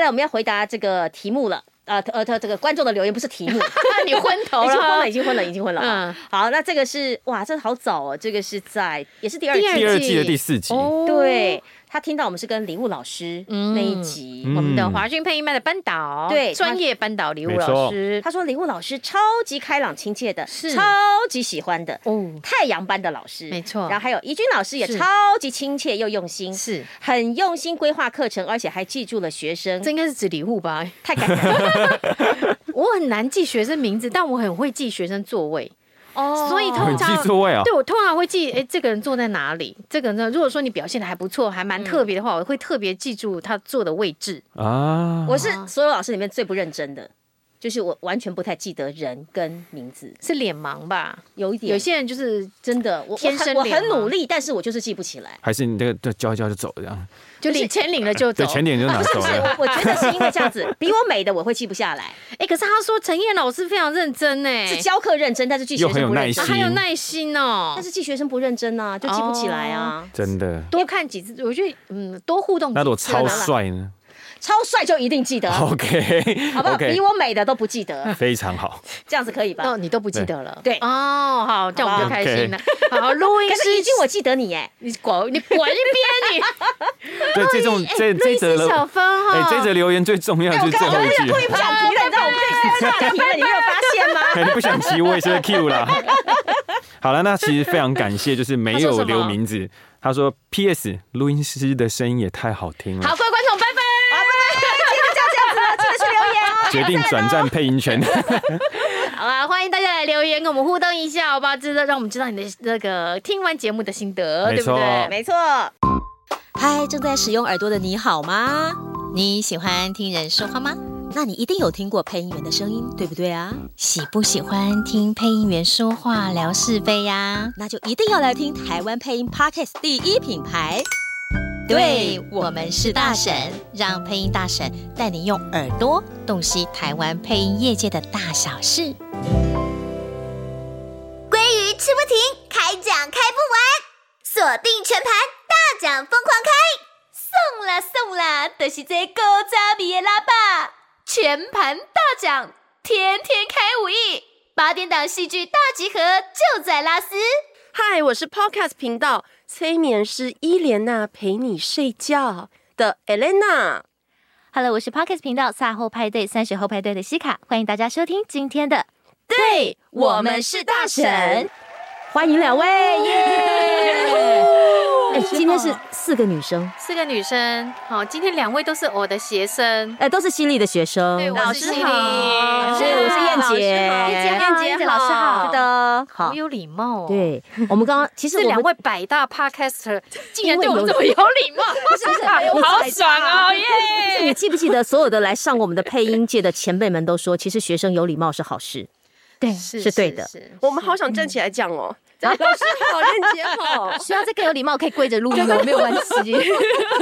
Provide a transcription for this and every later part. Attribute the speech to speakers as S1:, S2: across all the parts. S1: 来我们要回答这个题目了。呃呃，这这个观众的留言不是题 目，
S2: 你昏 头
S1: 已经昏
S2: 了
S1: 了，已。经昏了，已经昏了。啊
S2: 嗯
S1: 好，那这个是哇，这好早哦，这个是在也是第二季，
S2: 第
S3: 哎第二季的第四集，
S2: 哦，
S1: 对他听到我们是跟礼物老师那一集，
S2: 我
S3: 嗯
S2: 们的华讯配音班的班导，
S1: 对
S2: 专业班导礼物
S3: 没错
S2: 老师，
S1: 他说礼物老师超级开朗亲切的，
S2: 是
S1: 超级喜欢的。
S2: 哦，
S1: 太阳班的老师，
S2: 没错
S1: 然后还有怡君老师也
S2: 是
S1: 超级亲切又用心，
S2: 是，
S1: 很用心规划课程，而且还记住了学生
S2: 这，应该是指礼物吧？
S1: 太感人了。
S2: 我很难记学生名字，但我很会记学生座位，
S1: 哦
S2: 所以
S3: 很
S2: 通
S3: 记
S2: 常。
S3: 座位啊，
S2: 对，我通常会记，哎，这个人坐在哪里？这个人呢，如果说你表现的还不错，还蛮特别的话，我会特别记住他坐的位置。
S3: 啊，
S1: 我
S2: 哦
S1: 是所有老师里面最不认真的，就是我完全不太记得人跟名字，
S2: 是脸盲吧？
S1: 有一点
S2: 有些人就是
S1: 真的，我
S2: 天生
S1: 我很
S2: 脸
S1: 我很
S2: 盲
S1: 努力，但是我就是记不起来。
S3: 还是你这个就教一教就走这样，
S2: 就领钱领了就走
S3: 对，。前点就拿 走
S1: 不是，
S3: 啊了，
S1: 我我觉得是因为这样子，比我美的我会记不下来，
S2: 哎，可是他说陈燕老师非常认真 哎，
S1: 是教课认真，但是记学
S3: 又很
S1: 生
S3: 有
S1: 不认
S3: 耐
S1: 真
S3: 心
S2: 啊，还有耐心哦
S1: 但。是记学生不认真啊，就记不起来啊。
S3: 真的。
S2: 多看几次，我觉得嗯，多互动几次。
S3: 那如果
S1: 拿
S3: 超
S1: 了
S3: 帅呢
S1: 超帅就一定记得，好
S3: ？OK，
S1: 不好？比
S3: OK，
S1: 我美的都不记得，
S3: 非 常好。
S1: 这样子可以吧？
S2: 哦，你都不记得了，
S1: 对
S2: 哦，好，这样我
S1: 好吧
S2: 就开心了。好，录音
S1: 可是怡
S2: 师
S1: 君，我记得你哎，
S2: 你滚，你滚一边，你
S3: 对，这种这这一则
S2: 是
S3: 的，
S2: 哎小啊哎芬哈，
S3: 哎，这一则留言最重要就是最后
S1: 有
S3: 一
S1: 点
S2: 哦
S1: 故意
S3: 句
S1: 不。想提了，你知道我们这里是提了，你没有发现吗？
S3: 哎你不想提我也是会 Q 啦。好了，那其实非常感谢，就是没
S2: 他说
S3: 有
S2: 什么
S3: 留名字。他说：“P.S. 录音师的声音也太好听了
S2: 好，，各位观众，拜拜。
S3: 决定转战配 音圈。
S2: 好啊，欢迎大家来留言跟我们互动一下，好不好？知道让我们知道你的那个听完节目的心得，呃对
S3: 没
S2: 不
S3: 错
S2: 对？
S1: 没错。
S4: 嗨，正在使用耳朵的你好吗？
S2: 你喜欢听人说话吗？
S4: 那你一定有听过配音员的声音，对不对啊？
S2: 喜不喜欢听配音员说话聊是非呀、
S4: 那就一定要来听台湾配音 Podcast 第一品牌。
S2: 对我们是大神，让配音大神带你用耳朵洞悉台湾配音业界的大小事。
S5: 鲑鱼吃不停，开奖开不完，锁定全盘大奖疯狂开，送啦送啦，都、就是这高扎米的喇叭，全盘大奖，天天开五亿，八点档戏剧大集合就在拉斯。
S6: 嗨，我是 Podcast 频道催眠师伊莲娜陪你睡觉的 Elena。
S5: Hello，我是 Pocket 频道赛后派对三十后派对的西卡，欢迎大家收听今天的。
S6: 对，
S5: 我们是大神，
S1: 欢迎两位耶！ 哎，今天是四个女生，
S2: 四个女生，好，今天两位都是我的学生，
S1: 哎，都是犀利的学生。
S2: 对，我是
S6: 师
S2: 西
S6: 好
S2: 丽
S1: 所以我是燕姐，
S5: 燕姐好燕姐
S2: 老师好
S1: 是的，好
S2: 好。有礼貌哦。，
S1: 对我们刚刚其实
S2: 这
S1: 我
S2: 两
S1: 们
S2: 位百大 podcaster 竟然
S1: 因为
S2: 对我
S1: 有
S2: 们这么有礼 貌，不是
S1: 不是
S2: 好爽哦耶！
S1: 你记不记得所有的来上我们的配音界的前辈们都说，其实学生有礼貌是好事。
S2: 对，
S1: 是对的
S2: 是
S6: 我们好想站起来讲哦，老师好，燕姐好。
S2: 需要这个有礼貌可以跪着录音
S7: 哦
S2: 的，没有关 系。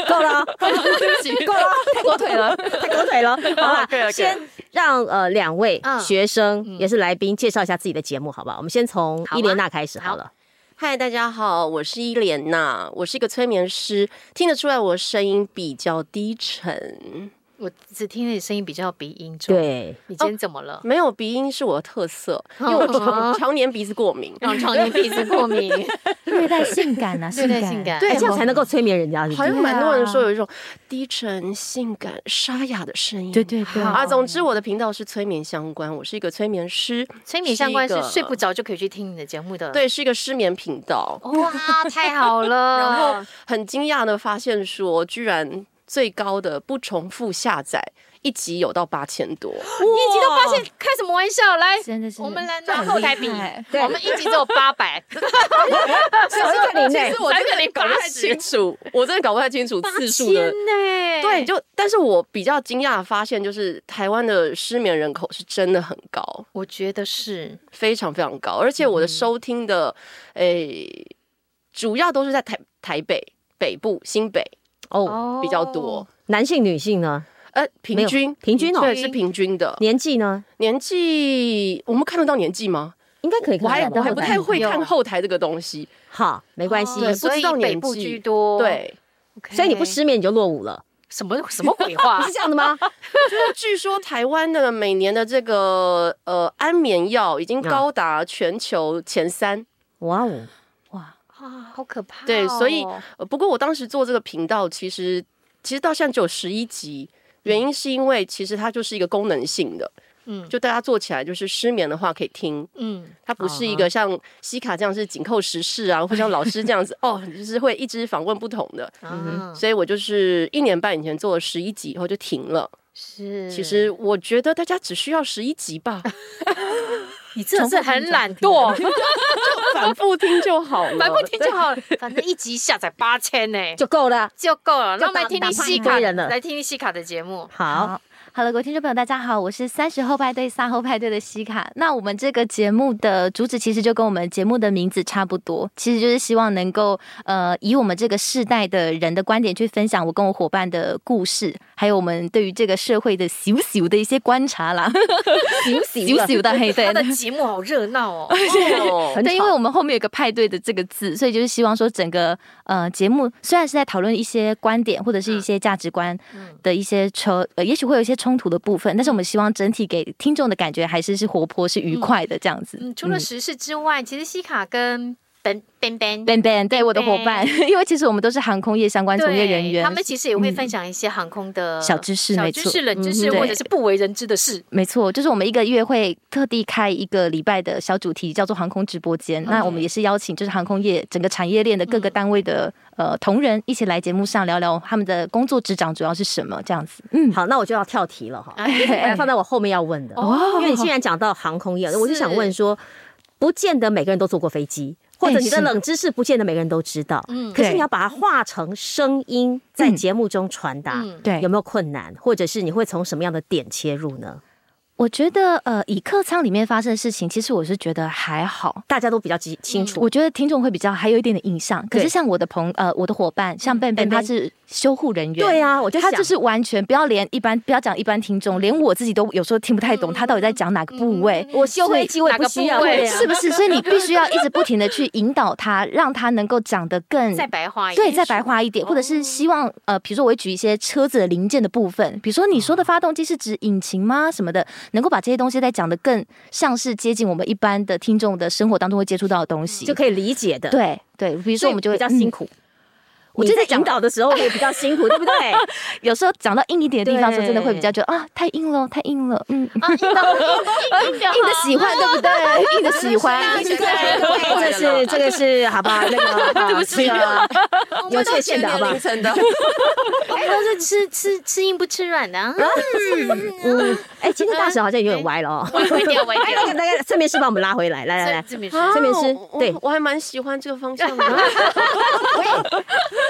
S1: 够了，够了，太狗腿了，太狗腿了。好 吧
S6: OK，OK
S1: 先让呃两位
S2: 嗯
S1: 学生也是来宾介绍一下自己的节目，好不好？我们先从
S2: 好啊
S1: 伊莲娜开始好了。
S6: 嗨，大家好，我是伊莲娜，我是一个催眠师，听得出来我声音比较低沉，
S2: 我只听你声音比较鼻音重，，
S1: 对，
S2: 你今天怎么了？
S6: 没有鼻音是我的特色，因为我常 常年鼻子过敏。
S2: 让常年鼻子过敏，
S7: 略带性感啊，
S2: 略带性感，
S6: 对
S1: 哎这样才能够催眠人家，是不
S6: 好
S1: 是
S6: 像蛮多人说有一种低沉、性感、沙哑的声音。
S7: 对对对，
S6: 啊，总之我的频道是催眠相关，我是一个催眠师，
S2: 催眠相关
S6: 是
S2: 是
S6: 一个
S2: 睡不着就可以去听你的节目的。，
S6: 对，是一个失眠频道。
S2: 哇，太好了。
S6: 然后很惊讶的发现说，居然最高的不重复下载一集有到八千多，
S2: 一集都发现开什么玩笑？来，
S7: 真的是
S2: 我们来
S7: 这
S2: 拿
S7: 很
S2: 后
S7: 厉
S2: 台比，
S7: 害
S2: 我们一集只有八百，
S6: 欸
S1: 只有一个零内，
S6: 我
S2: 三个零
S6: 搞
S2: 八
S6: 不太
S2: 十
S6: 清，楚，我真的搞不太清楚次数的。
S1: 欸
S2: 呢
S6: 对，就但是我比较惊讶的发现，就是台湾的失眠人口是真的很高，
S2: 我觉得是
S6: 非常非常高，而且
S1: 嗯
S6: 我的收听的诶、主要都是在台台北北部新北
S1: 哦，
S6: 比较多，
S1: 男性女性呢？
S6: 呃，
S1: 没
S6: 平
S1: 有
S6: 均
S1: 平均哦
S6: 对，是平均的。
S1: 年纪呢？
S6: 年纪，我们看得到年纪吗？
S1: 应该可以看
S6: 我
S1: 得
S6: 还
S1: 到吧。
S6: 我还不太
S1: 后台
S6: 会看后台这个东西。
S1: 好，没关系。
S2: 对哎
S6: 不
S2: 哦所
S6: 知
S2: 以
S6: 道
S2: 北
S6: 年
S2: 部
S6: 纪
S2: 居多。
S1: 哦
S6: 对，
S2: OK，
S1: 所以你不失眠你就落伍了。
S2: 什么什么鬼 话啊
S6: 是这样的吗？就是据说台湾的每年的这个呃安眠药已经高达全球前三。
S1: 哇哦，
S2: 啊？好可怕哦、
S6: 对所以呃不过我当时做这个频道，其实其实到现在只有十一集，原因是因为其实它就是一个功能性的，
S2: 嗯
S6: 就大家做起来就是失眠的话可以听，
S2: 嗯，
S6: 它不是一个像西卡这样是紧扣时事啊，或像老师 这样子哦，你就是会一直访问不同的。
S7: 嗯
S2: 啊，
S6: 所以我就是一年半以前做了十一集以后就停了。
S2: 是，
S6: 其实我觉得大家只需要十一集吧，
S2: 你真的是很懒惰，
S6: 反复听就好了。
S2: 反复听就好了，反正一集下载八千呢，
S1: 就
S2: 就
S1: 够了。
S2: 就够了。
S1: 就
S2: 那我们来听
S1: 打
S2: 听
S1: 打趴
S2: 西
S1: 一
S2: 卡
S1: 堆人了
S2: 来听听西卡的节 目。
S1: 好，
S7: Hello，各位听众朋友，大家好，我是三十后派对、三后派对的西卡。那我们这个节目的主旨其实就跟我们节目的名字差不多，其实就是希望能够呃以我们这个世代的人的观点去分享我跟我伙伴的故事，还有我们对于这个社会的小小的一些观察啦，
S1: 羞
S7: 小小的嘿哎对
S2: 他。的节目好热闹哦，
S6: 哦
S1: 很
S7: 对，因为
S1: 吵
S7: 我们后面有个派对的这个字，所以就是希望说整个呃节目虽然是在讨论一些观点或者
S2: 嗯
S7: 是一些价值观的一些冲，呃，也许会有一些冲突的部分，但是
S2: 嗯
S7: 我们希望整体给听众的感觉还是是活泼、是愉快的这样子。
S2: 嗯，除了时事之外，其实西卡跟 Ben Ben Ben
S7: Ben Ben 对我的伙伴， 因为其实我们都是航空业相关从
S2: 对
S7: 业人员，
S2: 他们其实也会
S7: 嗯
S2: 分享一些航空的
S7: 小知识
S2: 小
S7: 没
S2: 知
S7: 错
S2: 识、冷知识
S7: 嗯哼
S2: 或者是不为人知的事。
S7: 没错，就是我们一个月会特地开一个礼拜的小主题，叫做航空直播间。那我们也是邀请就是航空业整个产业链的各个单位的、呃同仁一起来节目上聊聊他们的工作职掌主要是什么这样子。嗯，
S1: 好，那我就要跳题了哈，本来
S7: 哎
S1: 放在我后面要问的，因为你既然讲到航空业，我就想问说，不见得每个人都坐过飞机，或者你的
S7: 是
S1: 冷知识不见得每个人都知道，
S2: 嗯
S1: 可是
S7: 对
S1: 你要把它化成声音在节目中传达
S2: 嗯，
S7: 对
S1: 有没有困难？或者是你会从什么样的点切入呢？
S7: 我觉得呃以客舱里面发生的事情，其实我是觉得还好。
S1: 大家都比较清清楚，
S7: 我觉得听众会比较还有一点点印象，可
S1: 对
S7: 是像我的朋呃我的伙伴像笨笨，
S1: 笨笨
S7: 他是修护人员，
S1: 对呀，我就
S7: 他
S1: 想
S7: 啊就是完全不要连一般不要讲一般听众，连我自己都有时候听不太懂他到底在讲哪个部位。
S1: 我修飞机，我也不需要
S2: 哪个部位
S1: 对啊
S7: 是不是？所以你必须要一直不停的去引导他，让他能够讲得更
S2: 再白话一点，
S7: 对，再白话一点，或者是希望呃，比如说我会举一些车子的零件的部分，比如说你说
S1: 哦
S7: 的发动机是指引擎吗？什么的，能够把这些东西再讲得更像是接近我们一般的听众的生活当中会接触到的东西。
S1: 就可以理解的。，
S7: 对对，比如说我们就会
S1: 比较辛
S7: 嗯
S1: 苦。
S7: 我
S1: 你
S7: 真的
S1: 在
S7: 讲
S1: 引导的时候也比较辛苦，对不 对？
S7: 嗯有时候讲到硬一点的地方的时候，真的会比
S1: 对
S7: 较觉得啊，太硬了，太硬了，嗯，
S2: 啊，硬的硬的
S7: 硬的喜欢，对不对？ 硬的喜欢，
S2: 是的
S1: 这是这个是好吧？ 那个对不起，有界限的好吧？
S6: 层的，
S2: 哎，都是吃吃吃硬不吃软的啊，
S1: 嗯，哎，今天大神好像有点歪了哦。
S2: 我一点，我一
S1: 哎， 那个
S2: 点。
S1: 那个，侧面师把我们拉回来，来来 来
S2: 这，这边是
S6: 啊
S1: 这边是
S6: 我
S1: 对
S6: 我还蛮喜欢这个方向的。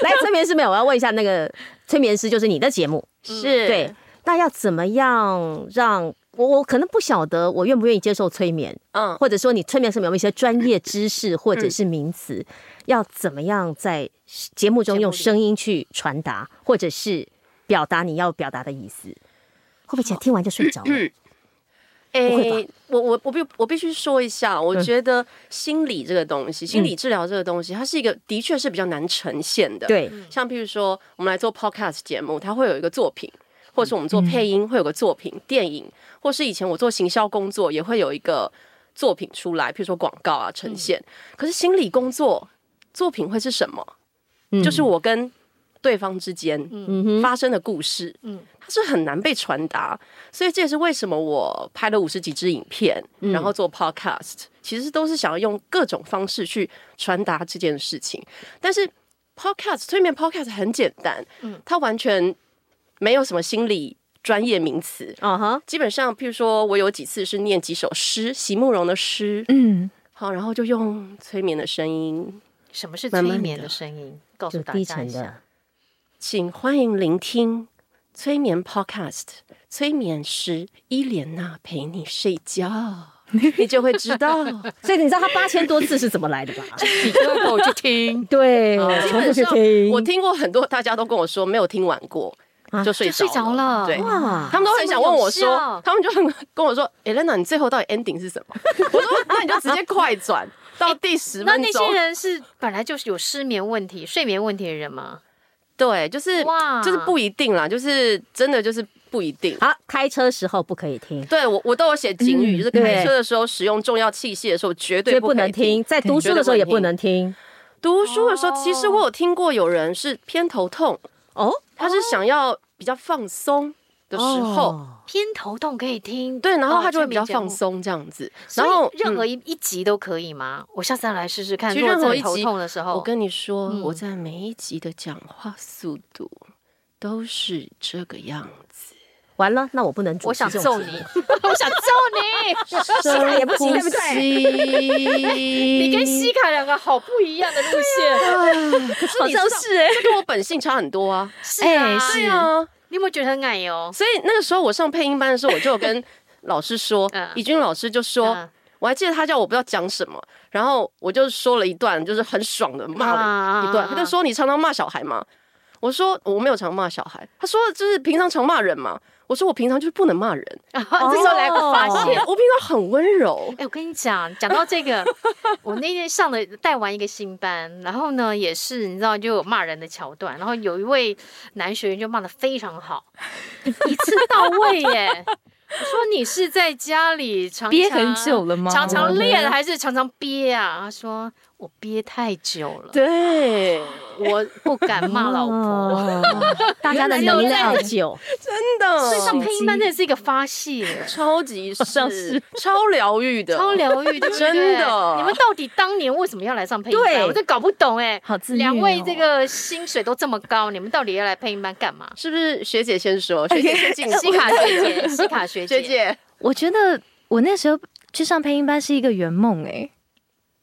S1: 来催眠师没有？我要问一下那个催眠师，就是你的节目，
S6: 是
S1: 对，那要怎么样让我我可能不晓得我愿不愿意接受催眠，
S6: 嗯，
S1: 或者说你催眠上面有没有一些专业知识或者是名词，要怎么样在节目中用声音去传达，或者是表达你要表达的意思？会不会起来听完就睡
S6: 哦
S1: 着了？不会吧
S6: 诶，嗯哎我我我必我必须说一下，我觉得心理这个东西，心理治疗这个东西，它是一个的确是比较难呈现的。，
S1: 对，
S6: 像譬如说，我们来做 podcast 节目，它会有一个作品，或是我们做配音会有个作品，电影，或是以前我做行销工作也会有一个作品出来，譬如说广告啊呈现。可是心理工作作品会是什么？
S1: 嗯
S6: 就是我跟对方之间发生的故事，
S2: 嗯
S6: 它是很难被传达，所以这也是为什么我拍了五十几支影片，然后做 podcast，其实都是想要用各种方式去传达这件事情。但是 podcast 催眠 podcast 很简单，
S2: 嗯
S6: 它完全没有什么心理专业名词。
S2: 哦
S1: 啊哈，
S6: 基本上，譬如说我有几次是念几首诗，席慕容的诗，
S7: 嗯，
S6: 好，然后就用催眠的声音
S2: 什么是催眠的声音？告诉
S1: 就
S2: 大
S1: 低
S2: 家一
S1: 沉
S2: 下
S1: 的。
S6: 请欢迎聆听催眠 Podcast，催眠师伊莲娜陪你睡 觉，你就会知道。
S1: 所以你知道他八千多次是怎么来的 吧？
S2: 你就给我去听，
S1: 对，
S6: 哦
S1: 重复去听。
S6: 我听过很多，大家都跟我说没有听完过。
S1: 啊
S6: 就睡
S2: 就睡着了
S6: 对，
S1: 哇，
S6: 他们都很想问我
S2: 这么有效
S6: 说，他们就很跟我说，Elena，你最后到底 ending 是什么？ 我说，那你就直接快转到第十
S2: 那
S6: 分
S2: 那
S6: 钟
S2: 些。人是本来就是有失眠问题、睡眠问题的人吗？
S6: 对，就是
S1: 哇
S6: 就是不一定啦，就是真的就是不一定。
S1: 好，开车时候不可以听，
S6: 对我我都有写警语，就是
S1: 对
S6: 开车的时候使用重要器械的时候绝对
S1: 绝
S6: 不
S1: 嗯不
S6: 可以
S1: 能听，在读书的时候也不。能听。
S6: 读书的时候，其实我有听过有人是偏头痛，
S1: 哦，
S6: 他是想要比较放松的时候，
S1: 哦
S2: 偏头痛可以听，
S6: 对，然后
S2: 哦
S6: 他就会比较放。松这样子。然后
S2: 所以任何
S6: 一
S2: 一一集都可以吗？我下次再来试试看。
S6: 其
S2: 如
S6: 实
S2: 果
S6: 任何
S2: 真
S6: 一
S2: 的头
S6: 集
S2: 痛的时候，
S6: 我跟你说，
S2: 嗯
S6: 我在每一集的讲话速度都是这个样子。
S1: 完了，那我不能主
S2: 我
S1: 持这
S2: 想
S1: 种节目。
S2: 揍你， 我想揍你！
S1: 西卡也不行，对不对？
S6: 对？
S2: 你跟西卡两个好不一样的路线，
S6: 好像是哎，这跟我本性差很多 啊。
S2: 是啊，
S6: 对啊，
S2: 你有没有觉得很矮哦油？
S6: 所以那个时候我上配音班的时候，我就有跟老师说
S2: 嗯，
S6: 以军老师就说
S2: 嗯，
S6: 我还记得他叫我不知道讲什么，然后我就说了一段就是很爽的骂
S2: 啊
S6: 了一段，他就说你常常骂小孩吗？我说我没有常骂小孩，他说就是平常常骂人嘛。我说我平常就是不能骂人，
S2: 然后这时候来个发
S6: 我
S2: 现
S6: 平。我平常很温柔
S2: 哎、，我跟你讲，讲到这个，我那天上了带完一个新班，然后呢，也是你知道就有骂人的桥段，然后有一位男学员就骂的非常好，一次到位耶。我说你是在家里常常
S7: 憋很久了吗
S2: 常常练还是常常憋啊？他说我憋太久了，
S6: 对，
S2: 我不敢骂老 婆。
S1: 哦大家的能量久，
S6: 真的
S2: 上配音班真的是一个发泄，
S6: 超级是超疗愈的，
S2: 超疗愈，对不对
S6: 真的
S2: 你们到底当年为什么要来上配音班？
S1: 对
S2: 我就搞不懂哎、
S7: 好自虐哦
S2: 两位这个薪水都这么高，你们到底要来配音班干嘛？
S6: 是不是？学姐先说，学姐先进入
S2: 西卡学姐，西卡学姐，
S6: 学姐，
S7: 我觉得我那时候去上配音班是一个圆梦哎，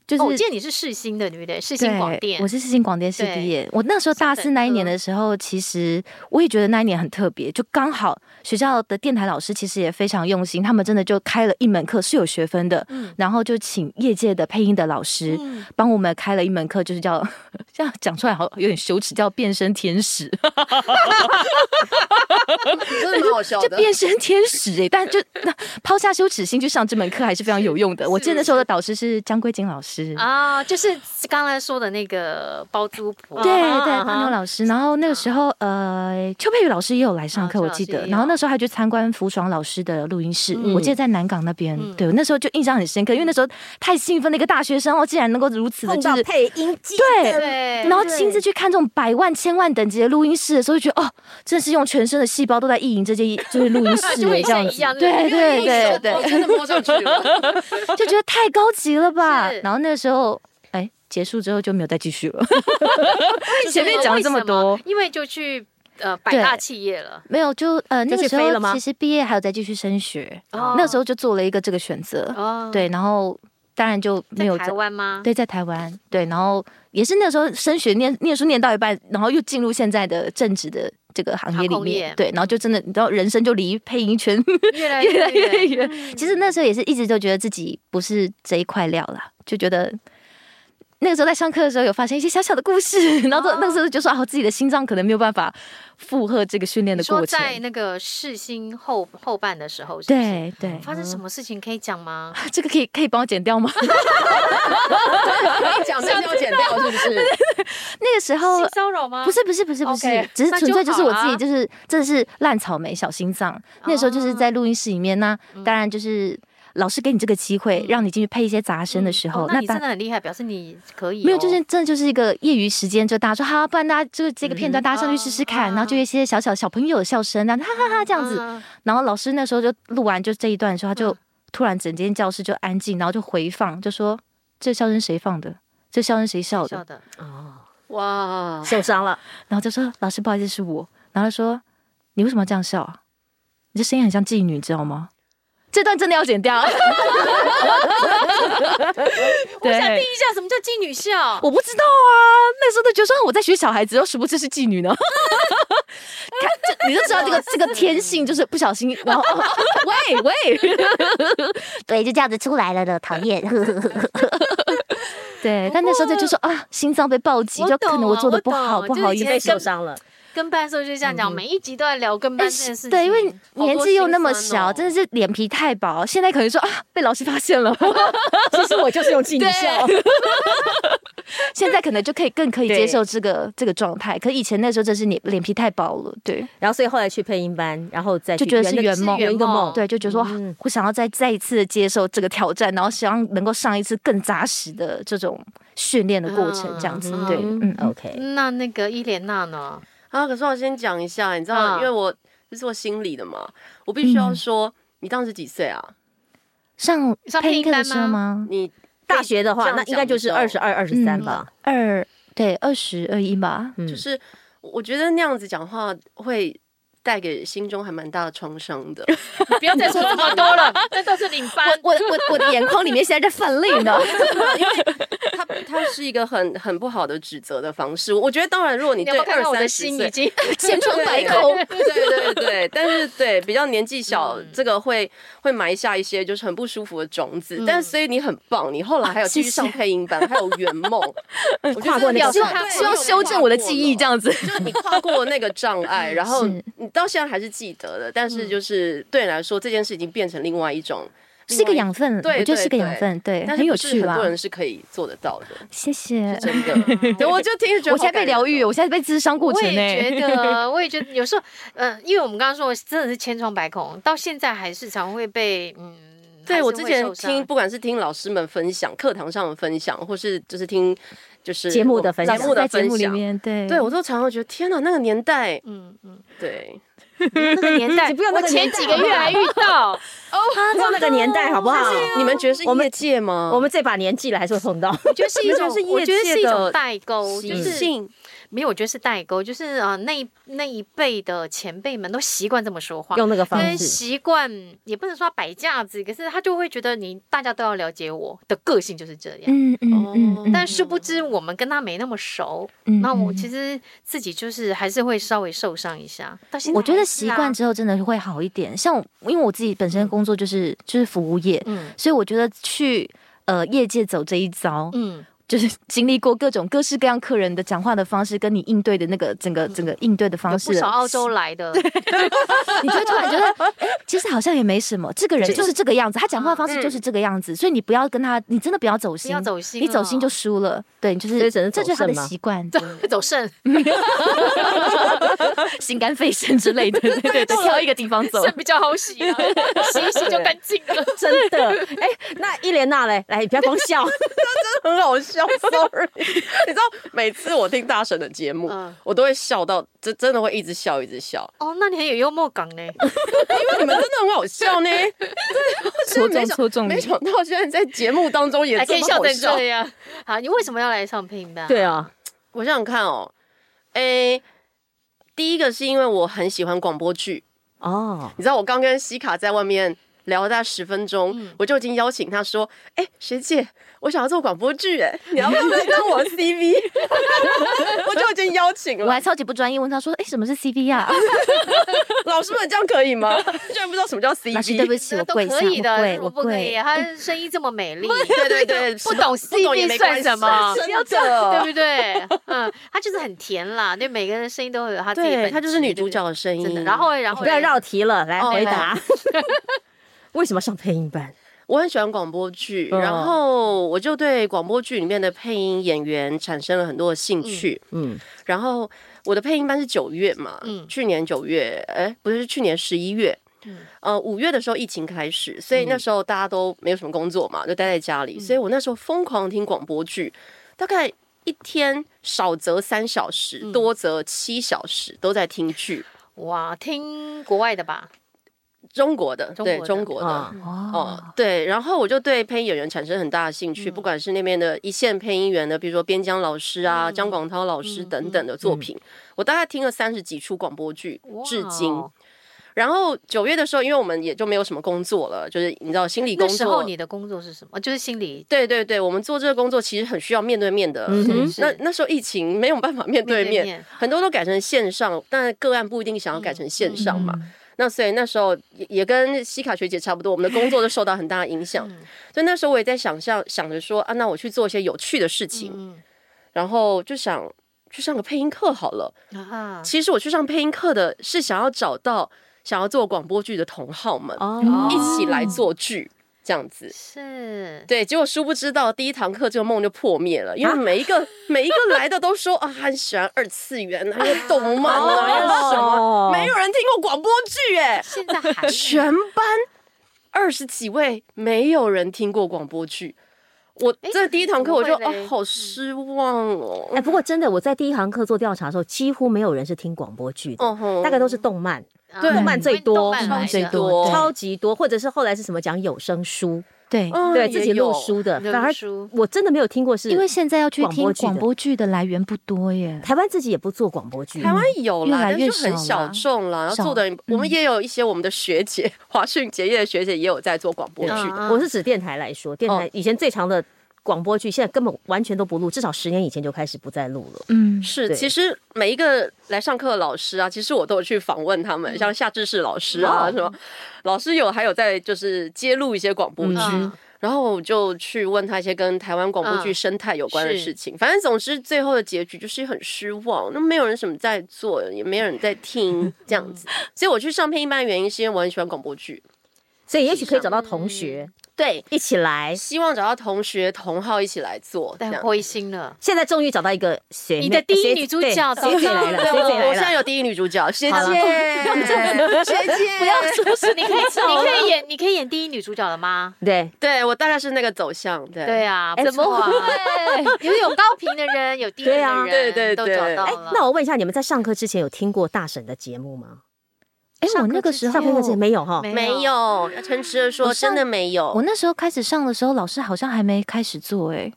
S7: 就是、
S2: 哦，我记得你是世新的，对不对？世
S7: 对，
S2: 新广电，
S7: 我是世新广电系
S2: 对
S7: 毕业。我那时候大四那一年的时候，其实我也觉得那一年很特别，就刚好学校的电台老师其实也非常用心，他们真的就开了一门课是有学分的，
S2: 嗯
S7: 然后就请业界的配音的老师帮我们开了一门课，就是叫这样讲出来好有点羞耻，叫变身天使。
S6: 真的蛮好笑
S7: 就变身天使哎、但就那抛下羞耻心去上这门课还是非常有用的。我记得那时候的导师是江桂金老师
S2: 啊，就是刚才说的那个包租婆，
S7: 对
S1: 啊
S7: 对
S1: 啊，
S7: 胖妞老师。然后那个时候，呃，邱佩宇老师也有来上课，
S2: 啊
S7: 我
S2: 邱老
S7: 记得。
S2: 师也有
S7: 然后那时候还去参观福爽老师的录音室，
S1: 嗯
S7: 我记得在南港那边。
S2: 嗯
S7: 对，我那时候就印象很深刻，因为那时候太兴奋的一个大学生哦，竟然能够如此的
S1: 碰
S7: 就
S1: 到
S7: 是。
S1: 配音机，
S7: 对，
S2: 对，
S7: 然后亲自去看这种百万千万等级的录音室的时候，就觉得哦，真是用全身的细胞都在意淫这些就是录 音室
S2: 就跟
S7: 这
S2: 以前
S7: 样
S2: 一样
S7: 子，对对 对对，
S6: 真的摸上去了。
S7: 就觉得太高级了吧
S2: 是。
S7: 然后那个时候，哎，结束之后就没有再继续了。
S2: 为什
S7: 前
S2: 么
S7: 面讲了这么多，
S2: 为什因为就去呃百
S7: 对
S2: 大企业了，
S7: 没有，就呃
S1: 就
S7: 那
S1: 去
S7: 个时
S1: 飞了
S7: 候
S1: 吗
S7: 其实毕业还有再继续升学，
S2: 哦
S7: 那时候就做了一个这个选择，
S2: 哦，
S7: 对，然后当然就没有
S2: 在台湾吗？
S7: 对，在台湾，对，然后也是那时候升学念念书念到一半，然后又进入现在的正职的这个行业里
S2: 航空业
S7: 面，对，然后就真的你知道人生就离配音圈
S2: 越来
S7: 越来
S2: 越
S7: 越远。
S2: 嗯
S7: 其实那时候也是一直都觉得自己不是这一块料啦，就觉得。那个时候在上课的时候有发生一些小小的故事，然
S2: 哦
S7: 后就那个时候就说啊，我自己的心脏可能没有办法负荷这个训练的
S2: 你说
S7: 过程。
S2: 在那个世新后后半的时候，是不是
S7: 对对，
S2: 发生什么事情可以讲吗？
S7: 这个可以可以帮我剪掉吗？
S6: 你讲这要剪掉是不是？
S7: 那个时候
S2: 性骚扰吗？
S7: 哦不是不是不是不是
S2: 啊 OK，，
S7: 只是纯粹就是我自
S2: 那就好啊
S7: 己就是真的是烂草莓小心脏。那时候就是
S2: 哦
S7: 在录音室里面，那
S2: 嗯
S7: 当然就是老师给你这个机会，让你进去配一些杂声的时
S2: 哦
S7: 候，
S2: 那你
S7: 当
S2: 真的很厉害，表示你可以哦。
S7: 没有，就是真的就是一个业余时间，就大家说好，不然大家就是这个片段，大家上去试试看，
S2: 嗯
S7: 然后就有一些小小小朋友的笑声，然后哈哈哈这样子。
S2: 嗯
S7: 然后老师那时候就录完就这一段的时候，他就突然整间教室就安静，然后就回放，就说这笑声谁放的？这笑声谁笑的
S2: 笑？的，
S6: 哇，
S1: 受伤了，
S7: 然后就说：“老师，不好意思，是我。”然后他说：“你为什么要这样笑啊？你这声音很像妓女，你知道吗？”这段真的要剪掉。
S2: 我想听
S7: 对，
S2: 一下什么叫妓女笑。
S7: 我不知道啊，那时候都觉得说我在学小孩子，又殊不知是妓女呢。 看，这你就知道这个这个天性，就是不小心，然后、 哦、喂喂， 对，就这样子出来了的，讨厌。 对，但那时候就就说啊，心脏被暴击，
S2: 我
S7: 就可能
S2: 懂
S7: 我
S2: 啊
S7: 做的
S2: 我
S7: 不好，
S2: 懂就
S7: 不
S2: 是
S7: 好
S2: 以
S7: 意
S1: 你
S7: 思
S2: 前
S1: 被。受伤了，
S2: 跟班的时候就这样讲，每一集都在聊跟班
S7: 但
S2: 这件事情。
S7: 哎对，因为
S6: 好多
S7: 年纪又那么
S6: 心酸哦
S7: 小，真的是脸皮太薄。现在可能说啊，被老师发现了，
S1: 其实我就是用技巧，
S7: 现在可能就可以更可以
S1: 对
S7: 接受这个这个状态，可以前那时候真是脸脸皮太薄了，对
S1: 然后所以后来去配音班，然后再
S7: 就
S1: 去
S7: 觉得是
S1: 个
S7: 圆梦
S1: 圆一个
S6: 哦
S1: 梦，
S7: 对，就觉得说、
S6: 嗯
S7: 啊我想要再再一次的接受这个挑战，然后希望能够上一次更扎实的这种训练的过程，这样子，
S2: 嗯
S7: 对，嗯嗯。
S1: ，OK，
S2: 那那个伊莲娜呢？
S6: 啊，可是我先讲一下，你知
S2: 嗯
S6: 道，因为我是做心理的嘛，我必须要
S7: 嗯
S6: 说，你当时几岁啊？
S7: 上
S2: 上
S7: 配音
S2: 配
S7: 课
S2: 音
S7: 的
S2: 班
S7: 时候吗？
S6: 你
S1: 大学的
S6: 这
S1: 话，
S6: 样
S1: 那应该就是
S6: 讲
S1: 二
S6: 的
S1: 十
S6: 时
S1: 二、二十三吧。
S7: 二对二十二一吧，
S1: 嗯
S6: 就是我觉得那样子讲话会带给心中还蛮大的创伤的。
S2: 你不要再说这么多 了，这都是领班。
S7: 我我我的眼眶里面现在在泛泪 呢。
S6: 他他是一个很很不好的指责的方式。我我觉得，当然，如果你
S2: 你有
S6: 对
S2: 没有看
S6: 二
S2: 到我的
S6: 三十
S2: 心
S6: 岁
S2: 已，经？
S7: 千疮百孔。
S6: 对对对对，但是对比较年纪小，
S2: 嗯
S6: 这个会会埋下一些就是很不舒服的种子。
S2: 嗯
S6: 但是所以你很棒，你后来还有继续上配音班，还有圆梦，
S7: 嗯
S6: 我觉
S1: 跨
S6: 得
S1: 过那个
S2: 表示
S6: 对
S2: 他
S7: 希望修正我的记忆，这。样子。
S6: 就是你跨过那个障 碍，然后
S7: 是嗯
S6: 你到现在还是记得的，但是就是对你来说，这件事已经变成另外一种，
S7: 是个养分，
S6: 对
S7: 我觉得是
S6: 对
S7: 个
S6: 对
S7: 养分，对，
S6: 但
S7: 很
S6: 是
S7: 有
S6: 不是
S7: 趣
S6: 很
S7: 吧
S6: 多？人是可以做得到的，
S7: 谢谢
S6: 是。真的。嗯 对，我就听着觉得
S7: 我现在被疗
S6: 哦
S7: 愈，我现在被智商过
S2: 我
S7: 程
S2: 也
S7: 呢。
S2: 觉得，我也觉得有时候，嗯，因为我们刚刚说真的是千疮百孔，到现在还是常会被嗯。还
S6: 对
S2: 是
S6: 我
S2: 会
S6: 之前
S2: 受伤
S6: 听，不管是听老师们分享、课堂上的分享，或是就是听就是
S1: 节目的分享
S6: 节目的
S7: 在节
S6: 分
S7: 目里
S6: 享，
S7: 面，对
S6: 对我都常常觉得天哪，那个年代，
S2: 嗯嗯，
S6: 对，
S2: 那个年代，
S1: 你不要那
S2: 我
S1: 个
S2: 前
S1: 年代
S2: 几个月还遇到，
S1: 不要那个年代好不好？
S6: 你们觉得是嗯
S1: 我们
S6: 业界吗？
S1: 我们这把年纪了还是会碰到，
S2: 我觉得是一种，
S6: 是
S2: 我
S6: 业
S2: 觉得是一
S6: 界
S2: 种
S6: 的
S2: 代沟，就
S6: 习
S2: 是
S6: 性
S2: 没有，我觉得是代沟，就是啊、呃那一那一辈的前辈们都习惯这么说话，
S1: 用那个方
S2: 跟
S1: 式。
S2: 习惯也不能说他摆架子，可是他就会觉得你大家都要了解我的个性就是这样。
S7: 嗯嗯嗯
S6: 哦
S7: 嗯，
S2: 但殊不知，我们跟他没那么熟，
S7: 嗯
S2: 那我
S7: 嗯
S2: 其实自己就是还是会稍微受伤一下。到现在
S7: 我觉得
S2: 还是
S7: 习
S2: 啊
S7: 惯，之后真的会好一点。像我因为我自己本身工作就是就是服务业，
S2: 嗯
S7: 所以我觉得去呃业界走这一遭，
S2: 嗯，
S7: 就是经历过各种各式各样客人的讲话的方式，跟你应对的那个整个整个应对的
S2: 有
S7: 方
S2: 不，
S7: 式
S2: 少澳洲来的，
S7: 你就会突然觉得， 哎其实好像也没什么，这个人就是这个样子，他讲话方式就是这个样子，所以你不要跟他，你真的不要走心，
S2: 不要走心
S7: 你走心啊
S2: 了
S7: 就输了。对，你就是
S1: 所以只能
S7: 这
S1: 走
S7: 就是他的
S1: 肾吗
S7: 习惯，
S2: 嗯走肾
S7: 心肝肺肾之 类的，对对对，挑一个地方走。
S2: 肾比较好洗 啊，洗一洗就干净了。
S1: 真的，哎、那伊莲娜嘞，来，你不要光笑，
S6: 很好 笑，sorry。你知道，每次我听大神的节目
S2: 嗯，
S6: 我都会笑到真真的会一直笑，一直笑，
S2: 哦，那你很有幽默感 呢。
S6: 因为你们真的很好笑呢。对，我真的没
S7: 戳中戳
S6: 想
S7: 中你
S6: 没想到居然在节目当中也
S2: 哎还可
S6: 这
S2: 以
S6: 么
S2: 笑
S6: 好
S2: 成
S6: 笑
S2: 这。样。好，你为什么要来上配音班？
S1: 对啊，
S6: 我想想看哦，诶，第一个是因为我很喜欢广播剧，
S1: 哦，
S6: 你知道我刚跟西卡在外面聊了大概十分钟，
S2: 嗯
S6: 我就已经邀请他说：“哎、学姐，我想要做广播剧，哎，你要不要来当我 CV？” 我就已经邀请
S7: 我
S6: 了
S7: 还。超级不专业，问他说：“哎，什么是 CV 啊？
S6: 老师们这样可以吗？居然不知道什么叫 CV。
S7: 老师，对不起，
S2: 那
S7: 我
S2: 都
S7: 跪下，
S2: 可以
S7: 我
S2: 的
S7: 跪，，
S2: 我
S7: 我
S2: 不可以。啊
S7: 跪。
S2: 他声音这么美 丽，
S6: 对对对，
S2: 不懂 C
S6: 懂也
S2: 面
S6: 没
S2: 算什么
S6: 关？系真的
S2: 对不对？嗯，她就是很甜啦，对每个人的声音都会有她自己本
S6: 对，
S2: 质
S6: 她就是女主角的声
S2: 对不对真的。
S6: 音。
S2: 然后，然后
S1: 不要绕题了，来
S6: 哦
S1: 回答， 为什么上配音班？
S6: 我很喜欢广播剧，
S1: 嗯
S6: 然后我就对广播剧里面的配音演员产生了很多的兴趣。
S1: 嗯，
S6: 然后我的配音班是九月嘛，
S2: 嗯
S6: 去年九月，哎，不是，是去年十一月，呃，五月的时候疫情开始，所以
S2: 嗯
S6: 那时候大家都没有什么工作嘛，就待在家里，所以我那时候疯狂听广播剧，大概一天少则三小时，
S2: 嗯
S6: 多则七小时都在听剧，
S2: 哇，听国外的吧，
S6: 中国的，
S2: 中国
S6: 对
S2: 的
S6: 中国的。
S1: 啊
S6: 哦
S7: 哦，，
S6: 对，然后我就对配音演员产生很大的兴
S2: 嗯
S6: 趣，不管是那边的一线配音员的，比如说边疆老师啊、
S2: 嗯
S6: 张广涛老师等等的作品，我大概听了三十几出广播剧，
S2: 哇哦
S6: 至今。然后九月的时候，因为我们也就没有什么工作了，就是你知道心理工
S2: 那时候
S6: 作，
S2: 你的工作是什么？就是心理
S6: 对对对，我们做这个工作其实很需要面对面的。
S1: 嗯哼
S6: 那那时候疫情没有办法面对面，
S2: 面对面嗯
S6: 很多都改成线上，但个案不一定想要改成线上嘛。
S7: 嗯
S6: 那所以那时候也也跟西卡学姐差不多，我们的工作都受到很大的影
S2: 嗯
S6: 响。所以那时候我也在想象，想着说啊，那我去做一些有趣的事情，
S2: 嗯
S6: 然后就想去上个配音课好了。
S2: 啊，
S6: 其实我去上配音课的是想要找到想要做广播剧的同好们，
S1: 哦，
S6: 一起来做剧。这样子。
S2: 是，
S6: 对，结果殊不知道第一堂课这个梦就破灭了，因为每一个、每一个来的都说啊，很喜欢二次元啊，又动漫啊，又什
S1: 哦
S6: 么，没有人听过广播剧哎，
S2: 现在还 是啊
S6: 全班二十几位没有人听过广播剧。我
S2: 诶
S6: 在第一堂课我就
S2: 怎么会嘞
S6: 哦，好失望
S1: 哎，
S6: 哦。
S1: 不过真的，我在第一堂课做调查的时候，几乎没有人是听广播剧的，
S6: 哦吼
S1: 大概都是动漫，
S6: 对
S1: 动漫最多，
S2: 动漫
S1: 最
S2: 来的
S1: 多，
S6: 对
S1: 超级多，或者是后来是什么讲有声书，
S7: 对，
S6: 嗯
S1: 对
S6: 也
S1: 自己录
S6: 有
S1: 书的，
S2: 录
S1: 反而
S2: 书
S1: 我真的没有听过是，
S7: 因为现在要去
S1: 广播
S7: 听
S1: 剧的
S7: 广播剧的来源不多耶。
S1: 台湾自己也不做广播剧，
S6: 台湾有
S7: 越
S6: 啦，
S7: 来
S6: 但
S7: 越
S6: 是就很
S7: 少
S6: 小
S7: 啦
S6: 众啦。然后
S7: 少
S6: 做的，我们也有一些我们的学姐， 华讯结业的学姐也有在做广播剧的。
S2: 嗯
S1: 我是指电台来说，电台
S6: 哦
S1: 以前最长的广播剧，现在根本完全都不录，至少十年以前就开始不再录了。
S7: 嗯，
S6: 是，
S1: 对
S6: 其实每一个来上课的老师啊，其实我都有去访问他们，像夏志士老师啊，什么老师有还有在就是揭露一些广播剧，
S2: 嗯
S6: 然后我就去问他一些跟台湾广播剧
S2: 嗯
S6: 生态有关的
S2: 是
S6: 事情。反正总之最后的结局就是很失望，那没有人什么在做，也没有人在听这样子。所以我去上片一般的原因是因为我很喜欢广播剧，
S1: 所以也许可以找到同学
S6: 对，
S1: 一起来。
S6: 希望找到同学同号一起来做这
S2: 但
S6: 样。
S2: 灰心了。
S1: 现在终于找到一个学妹，
S2: 你的第一
S1: 学
S2: 女主角
S1: 对学姐来了，
S6: 对，
S1: 学
S6: 我
S1: 姐
S6: 我现
S1: 来
S6: 在
S1: 了。
S6: 有第一女主角，学
S1: 好了
S6: 姐，学姐，不要
S2: 不是，你可以，你可以演，你可以演第一女主角了吗？
S1: 对，
S6: 对我大概是那个走向，对
S2: 对啊，怎么会？因为有高频的人，有低频的
S1: 对啊
S2: 人，
S6: 对对
S2: 都
S6: 对
S2: 找到
S1: 哎，
S2: 了。
S1: 那我问一下，你们在上课之前有听过大婶的节目吗？
S7: 哎，我那个时候
S1: 上课之前没有哈，
S6: 没有，诚实的说，真的没有
S2: 哦
S7: 我。那时候开始上的时候，老师好像还没开始做哎、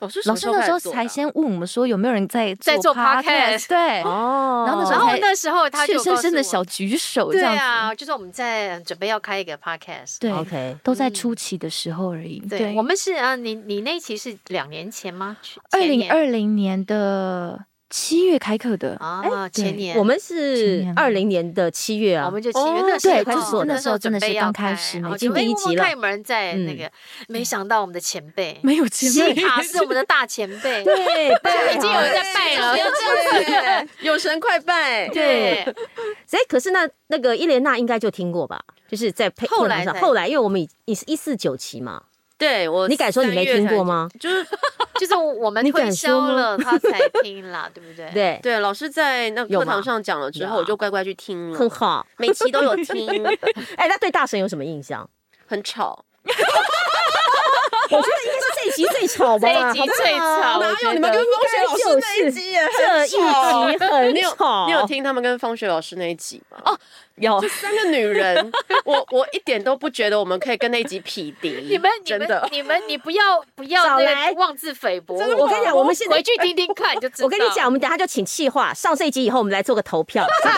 S6: 老师
S7: 老师那时候才先问我们说有没有人在
S2: 啊在做 podcast
S7: 对，
S1: 哦
S7: 然后那时
S2: 然
S7: 候
S2: 后
S7: 才
S2: 那时候他
S7: 怯
S2: 就
S7: 生生
S2: 告
S7: 的
S2: 诉我
S7: 小举手这
S2: 对
S7: 样子，
S2: 啊，就是我们在准备要开一个 podcast。
S7: 对
S1: OK，
S7: 都在初期的时候而已。
S2: 嗯对，我们是啊，你你那一期是两年前吗？去
S7: 二
S2: 前
S7: 零
S2: 年
S7: 二零年的七月开课的，
S2: 啊，
S7: 哎对
S2: 前年
S1: 我们是
S7: 前年
S1: 二零年的七月啊
S2: 我，们就七月
S1: 哦
S2: 那时候
S1: 对
S2: 开
S1: 就
S2: 始
S1: 是
S2: 做，
S1: 那
S7: 时候真的是
S2: 准备要
S7: 刚开始
S2: 开
S7: 没
S2: 然后
S1: 进
S2: 就哎
S1: 第一
S2: 问
S1: 集
S2: 问
S1: 了
S2: 看有没有人在那
S1: 嗯
S2: 个，没想到我们的前辈
S7: 没有节
S2: 西卡是 我们的大前 辈，
S1: 对，
S6: 啊
S2: 已经有人在拜了，
S6: 有神快拜。
S2: 对，
S1: 所以哎可是那那个伊莲娜应该就听过吧？就是在配
S2: 后来
S1: 上，
S2: 才哦
S1: 后来因为我们已你是一四九期嘛，
S6: 对我，
S1: 你敢说你没听过？吗？
S6: 就是
S2: 就是我们
S1: 你敢
S2: 推
S1: 说
S2: 销
S1: 吗
S2: 了他才听啦，对不对？
S1: 对，
S6: 对老师在那
S1: 有
S6: 课
S1: 吗
S6: 堂上讲了之
S1: 有
S6: 后，
S1: 啊
S6: 我就乖乖去听
S1: 很
S6: 了，
S1: 好。
S6: 每期都有听，
S1: 哎，那对大神有什么印象？
S6: 很吵。
S1: 我觉得应该是这一集最吵吧。
S2: 这一集最吵，我觉得
S6: 汪
S1: 雪老师那一
S6: 集耶？
S1: 这一集
S6: 哦你
S1: 很
S6: 有
S1: 吵，
S6: 你有听他们跟方雪老师那一集吗？哦，
S1: 有
S6: 三个女人，我我一点都不觉得我们可以跟那一集匹敌。
S2: 你们你
S6: 真
S2: 们
S6: 的，
S2: 你们你不要不要
S1: 少
S2: 那
S1: 来
S2: 个妄自菲薄，
S1: 真的我跟你讲我们现在
S2: 回去听听看你就知道。
S1: 我跟你讲，，我们等一下就请气话上这一集以后，我们来做个投票，看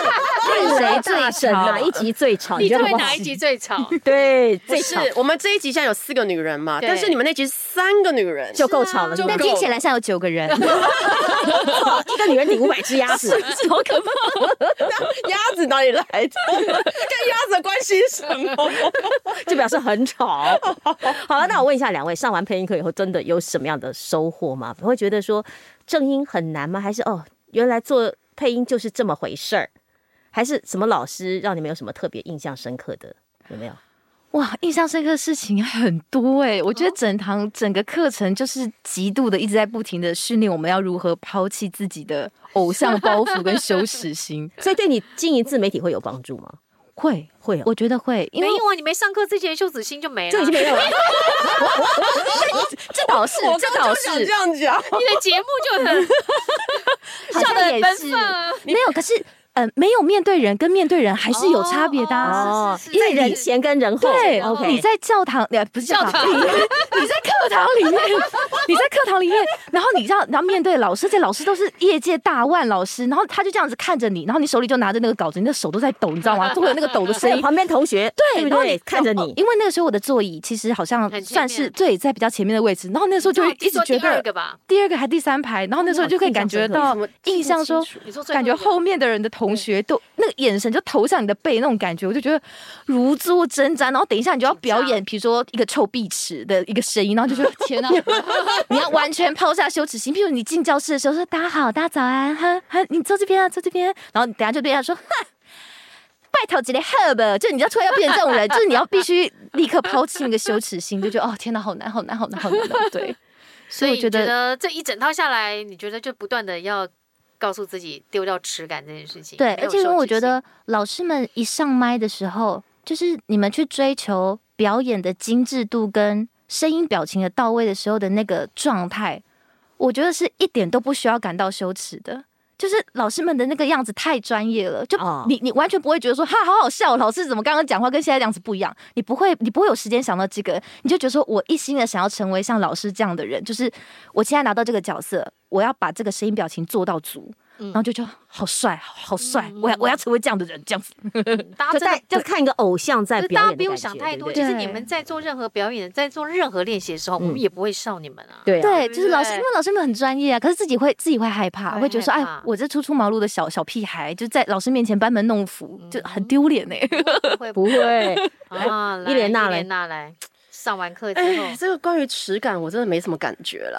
S1: 谁最神，哪一集最吵？
S2: 你
S1: 觉
S2: 认
S1: 得好
S2: 为
S1: 不好
S2: 哪一？集 最吵？
S1: 对，最
S6: 是
S1: 吵
S6: 我们这一集现在有四个女人嘛，
S2: 对
S6: 但是你们那集是三个女人，啊
S1: 就够吵了，
S6: 就
S1: 那
S7: 但
S6: 够
S7: 听起来像有九个人，
S1: 一个一个女人顶五百只鸭子，
S7: 好可怕。
S6: 鸭子哪里来的？跟鸭子的关系是什么？
S1: 就表示很吵。好了，那我问一下两位，上完配音课以后，真的有什么样的收获吗？会觉得说正音很难吗？还是哦，原来做配音就是这么回事儿？还是什么老师让你们有什么特别印象深刻的？有没有？
S7: 哇，印象深刻的事情很多哎、我觉得整堂、整个课程就是极度的一直在不停的训练我们要如何抛弃自己的偶像包袱跟羞耻心。
S1: 所以对你经营自媒体会有帮助吗？
S7: 会，
S1: 会哦，
S7: 我觉得会，因
S2: 没
S7: 为
S2: 有啊，你没上课之前羞耻心就没了，
S1: 就已经没有 了。
S7: 这倒是，这倒是
S6: 这样讲，
S2: 你的节目就很
S7: 好
S2: 笑得
S7: 像
S2: 很
S7: 也
S2: 奔
S7: 是
S2: 放啊
S7: 没有，可是呃，没有面对人跟面对人还是有差别的、啊。
S1: 哦
S2: 是是，是
S1: 因为人前跟人后，
S7: 对你
S1: ，OK，
S7: 在教堂，呃，不是教堂，
S2: 哦教
S7: 你 你在课堂里面， 你在课堂里面，然后你知道，然后面对老师，这老师都是业界大腕老师，然后他就这样子看着你，然后你手里就拿着那个稿子，你的手都在抖，你知道 吗？都会有那个抖的声
S1: 还有
S7: 音。
S1: 旁边同学，对不
S7: 然后
S1: 对？看着
S7: 哦
S1: 你，
S7: 因为那个时候我的座椅其实好像
S2: 很前
S7: 算是
S2: 面
S7: 对在比较前面的位置，然后那时候就会一直
S2: 你说
S7: 觉
S2: 第二
S7: 得
S2: 个哦吧，
S7: 第二个还第三排，然后那时候就可以感觉
S6: 哦
S7: 到印象说
S2: 你说最后
S7: 感
S2: 一
S7: 觉
S2: 个
S7: 后面的人的同学都那个眼神就投向你的背那种感觉，我就觉得如坐针毡。然后等一下你就要 表演，比如说一个臭碧池的一个声音，然后就觉得天哪， 你要完全抛下羞耻心。譬如你进教室的时候说大家好，大家早安，哈哈，你坐这边啊，坐这边，然后等一下就对他说哼。拜托直接 help，就你知道突然要变成这种人，就是你要必须立刻抛弃那个羞耻心，就觉得哦天哪，好难，好难，好难，好难哦。对，
S2: 所以
S7: 我
S2: 你
S7: 觉
S2: 觉
S7: 得
S2: 得这一整套下来，你觉得就不断的要告诉自己丢掉耻感这件事情。
S7: 对，
S2: 没有
S7: 而且因为
S2: 羞
S7: 我
S2: 耻
S7: 觉
S2: 心
S7: 得老师们一上麦的时候，就是你们去追求表演的精致度跟声音表情的到位的时候的那个状态，我觉得是一点都不需要感到羞耻的。就是老师们的那个样子太专业了，就
S1: 哦
S7: 你你完全不会觉得说哈好好笑，老师怎么刚刚讲话跟现在这样子不一样？你不会你不会有时间想到这个，你就觉得说我一心的想要成为像老师这样的人，就是我现在拿到这个角色，我要把这个声音表情做到足，然后就觉得好帅好帅，我要我要成为这样的人，这样子
S2: 大
S1: 就
S2: 家真
S1: 在
S2: 的
S1: 就看一个偶像在
S2: 可是
S1: 表
S2: 大
S1: 演
S2: 家
S1: 的
S2: 不用
S1: 感觉
S2: 想太多，
S1: 对
S2: 就
S1: 不
S2: 是
S7: 对嗯
S2: 你们在做任何表演、在做任何练习的时候，我们也不会笑你们啊。
S1: 对对啊，
S7: 对，就是老师，
S2: 对
S7: 因为老师们很专业啊，可是自己会自己会害怕，
S2: 会
S7: 会觉得说，
S2: 害
S7: 哎
S2: 怕，
S7: 我这初出茅庐的小小屁孩，就在老师面前班门弄斧，就很丢脸欸呢。
S2: 不 会
S1: 不会
S2: 啊，
S1: 伊莲娜嘞
S2: 来，伊莲娜来，上完课之后
S1: 嗯
S6: 哎，，这个关于耻感，我真的没什么感觉 了。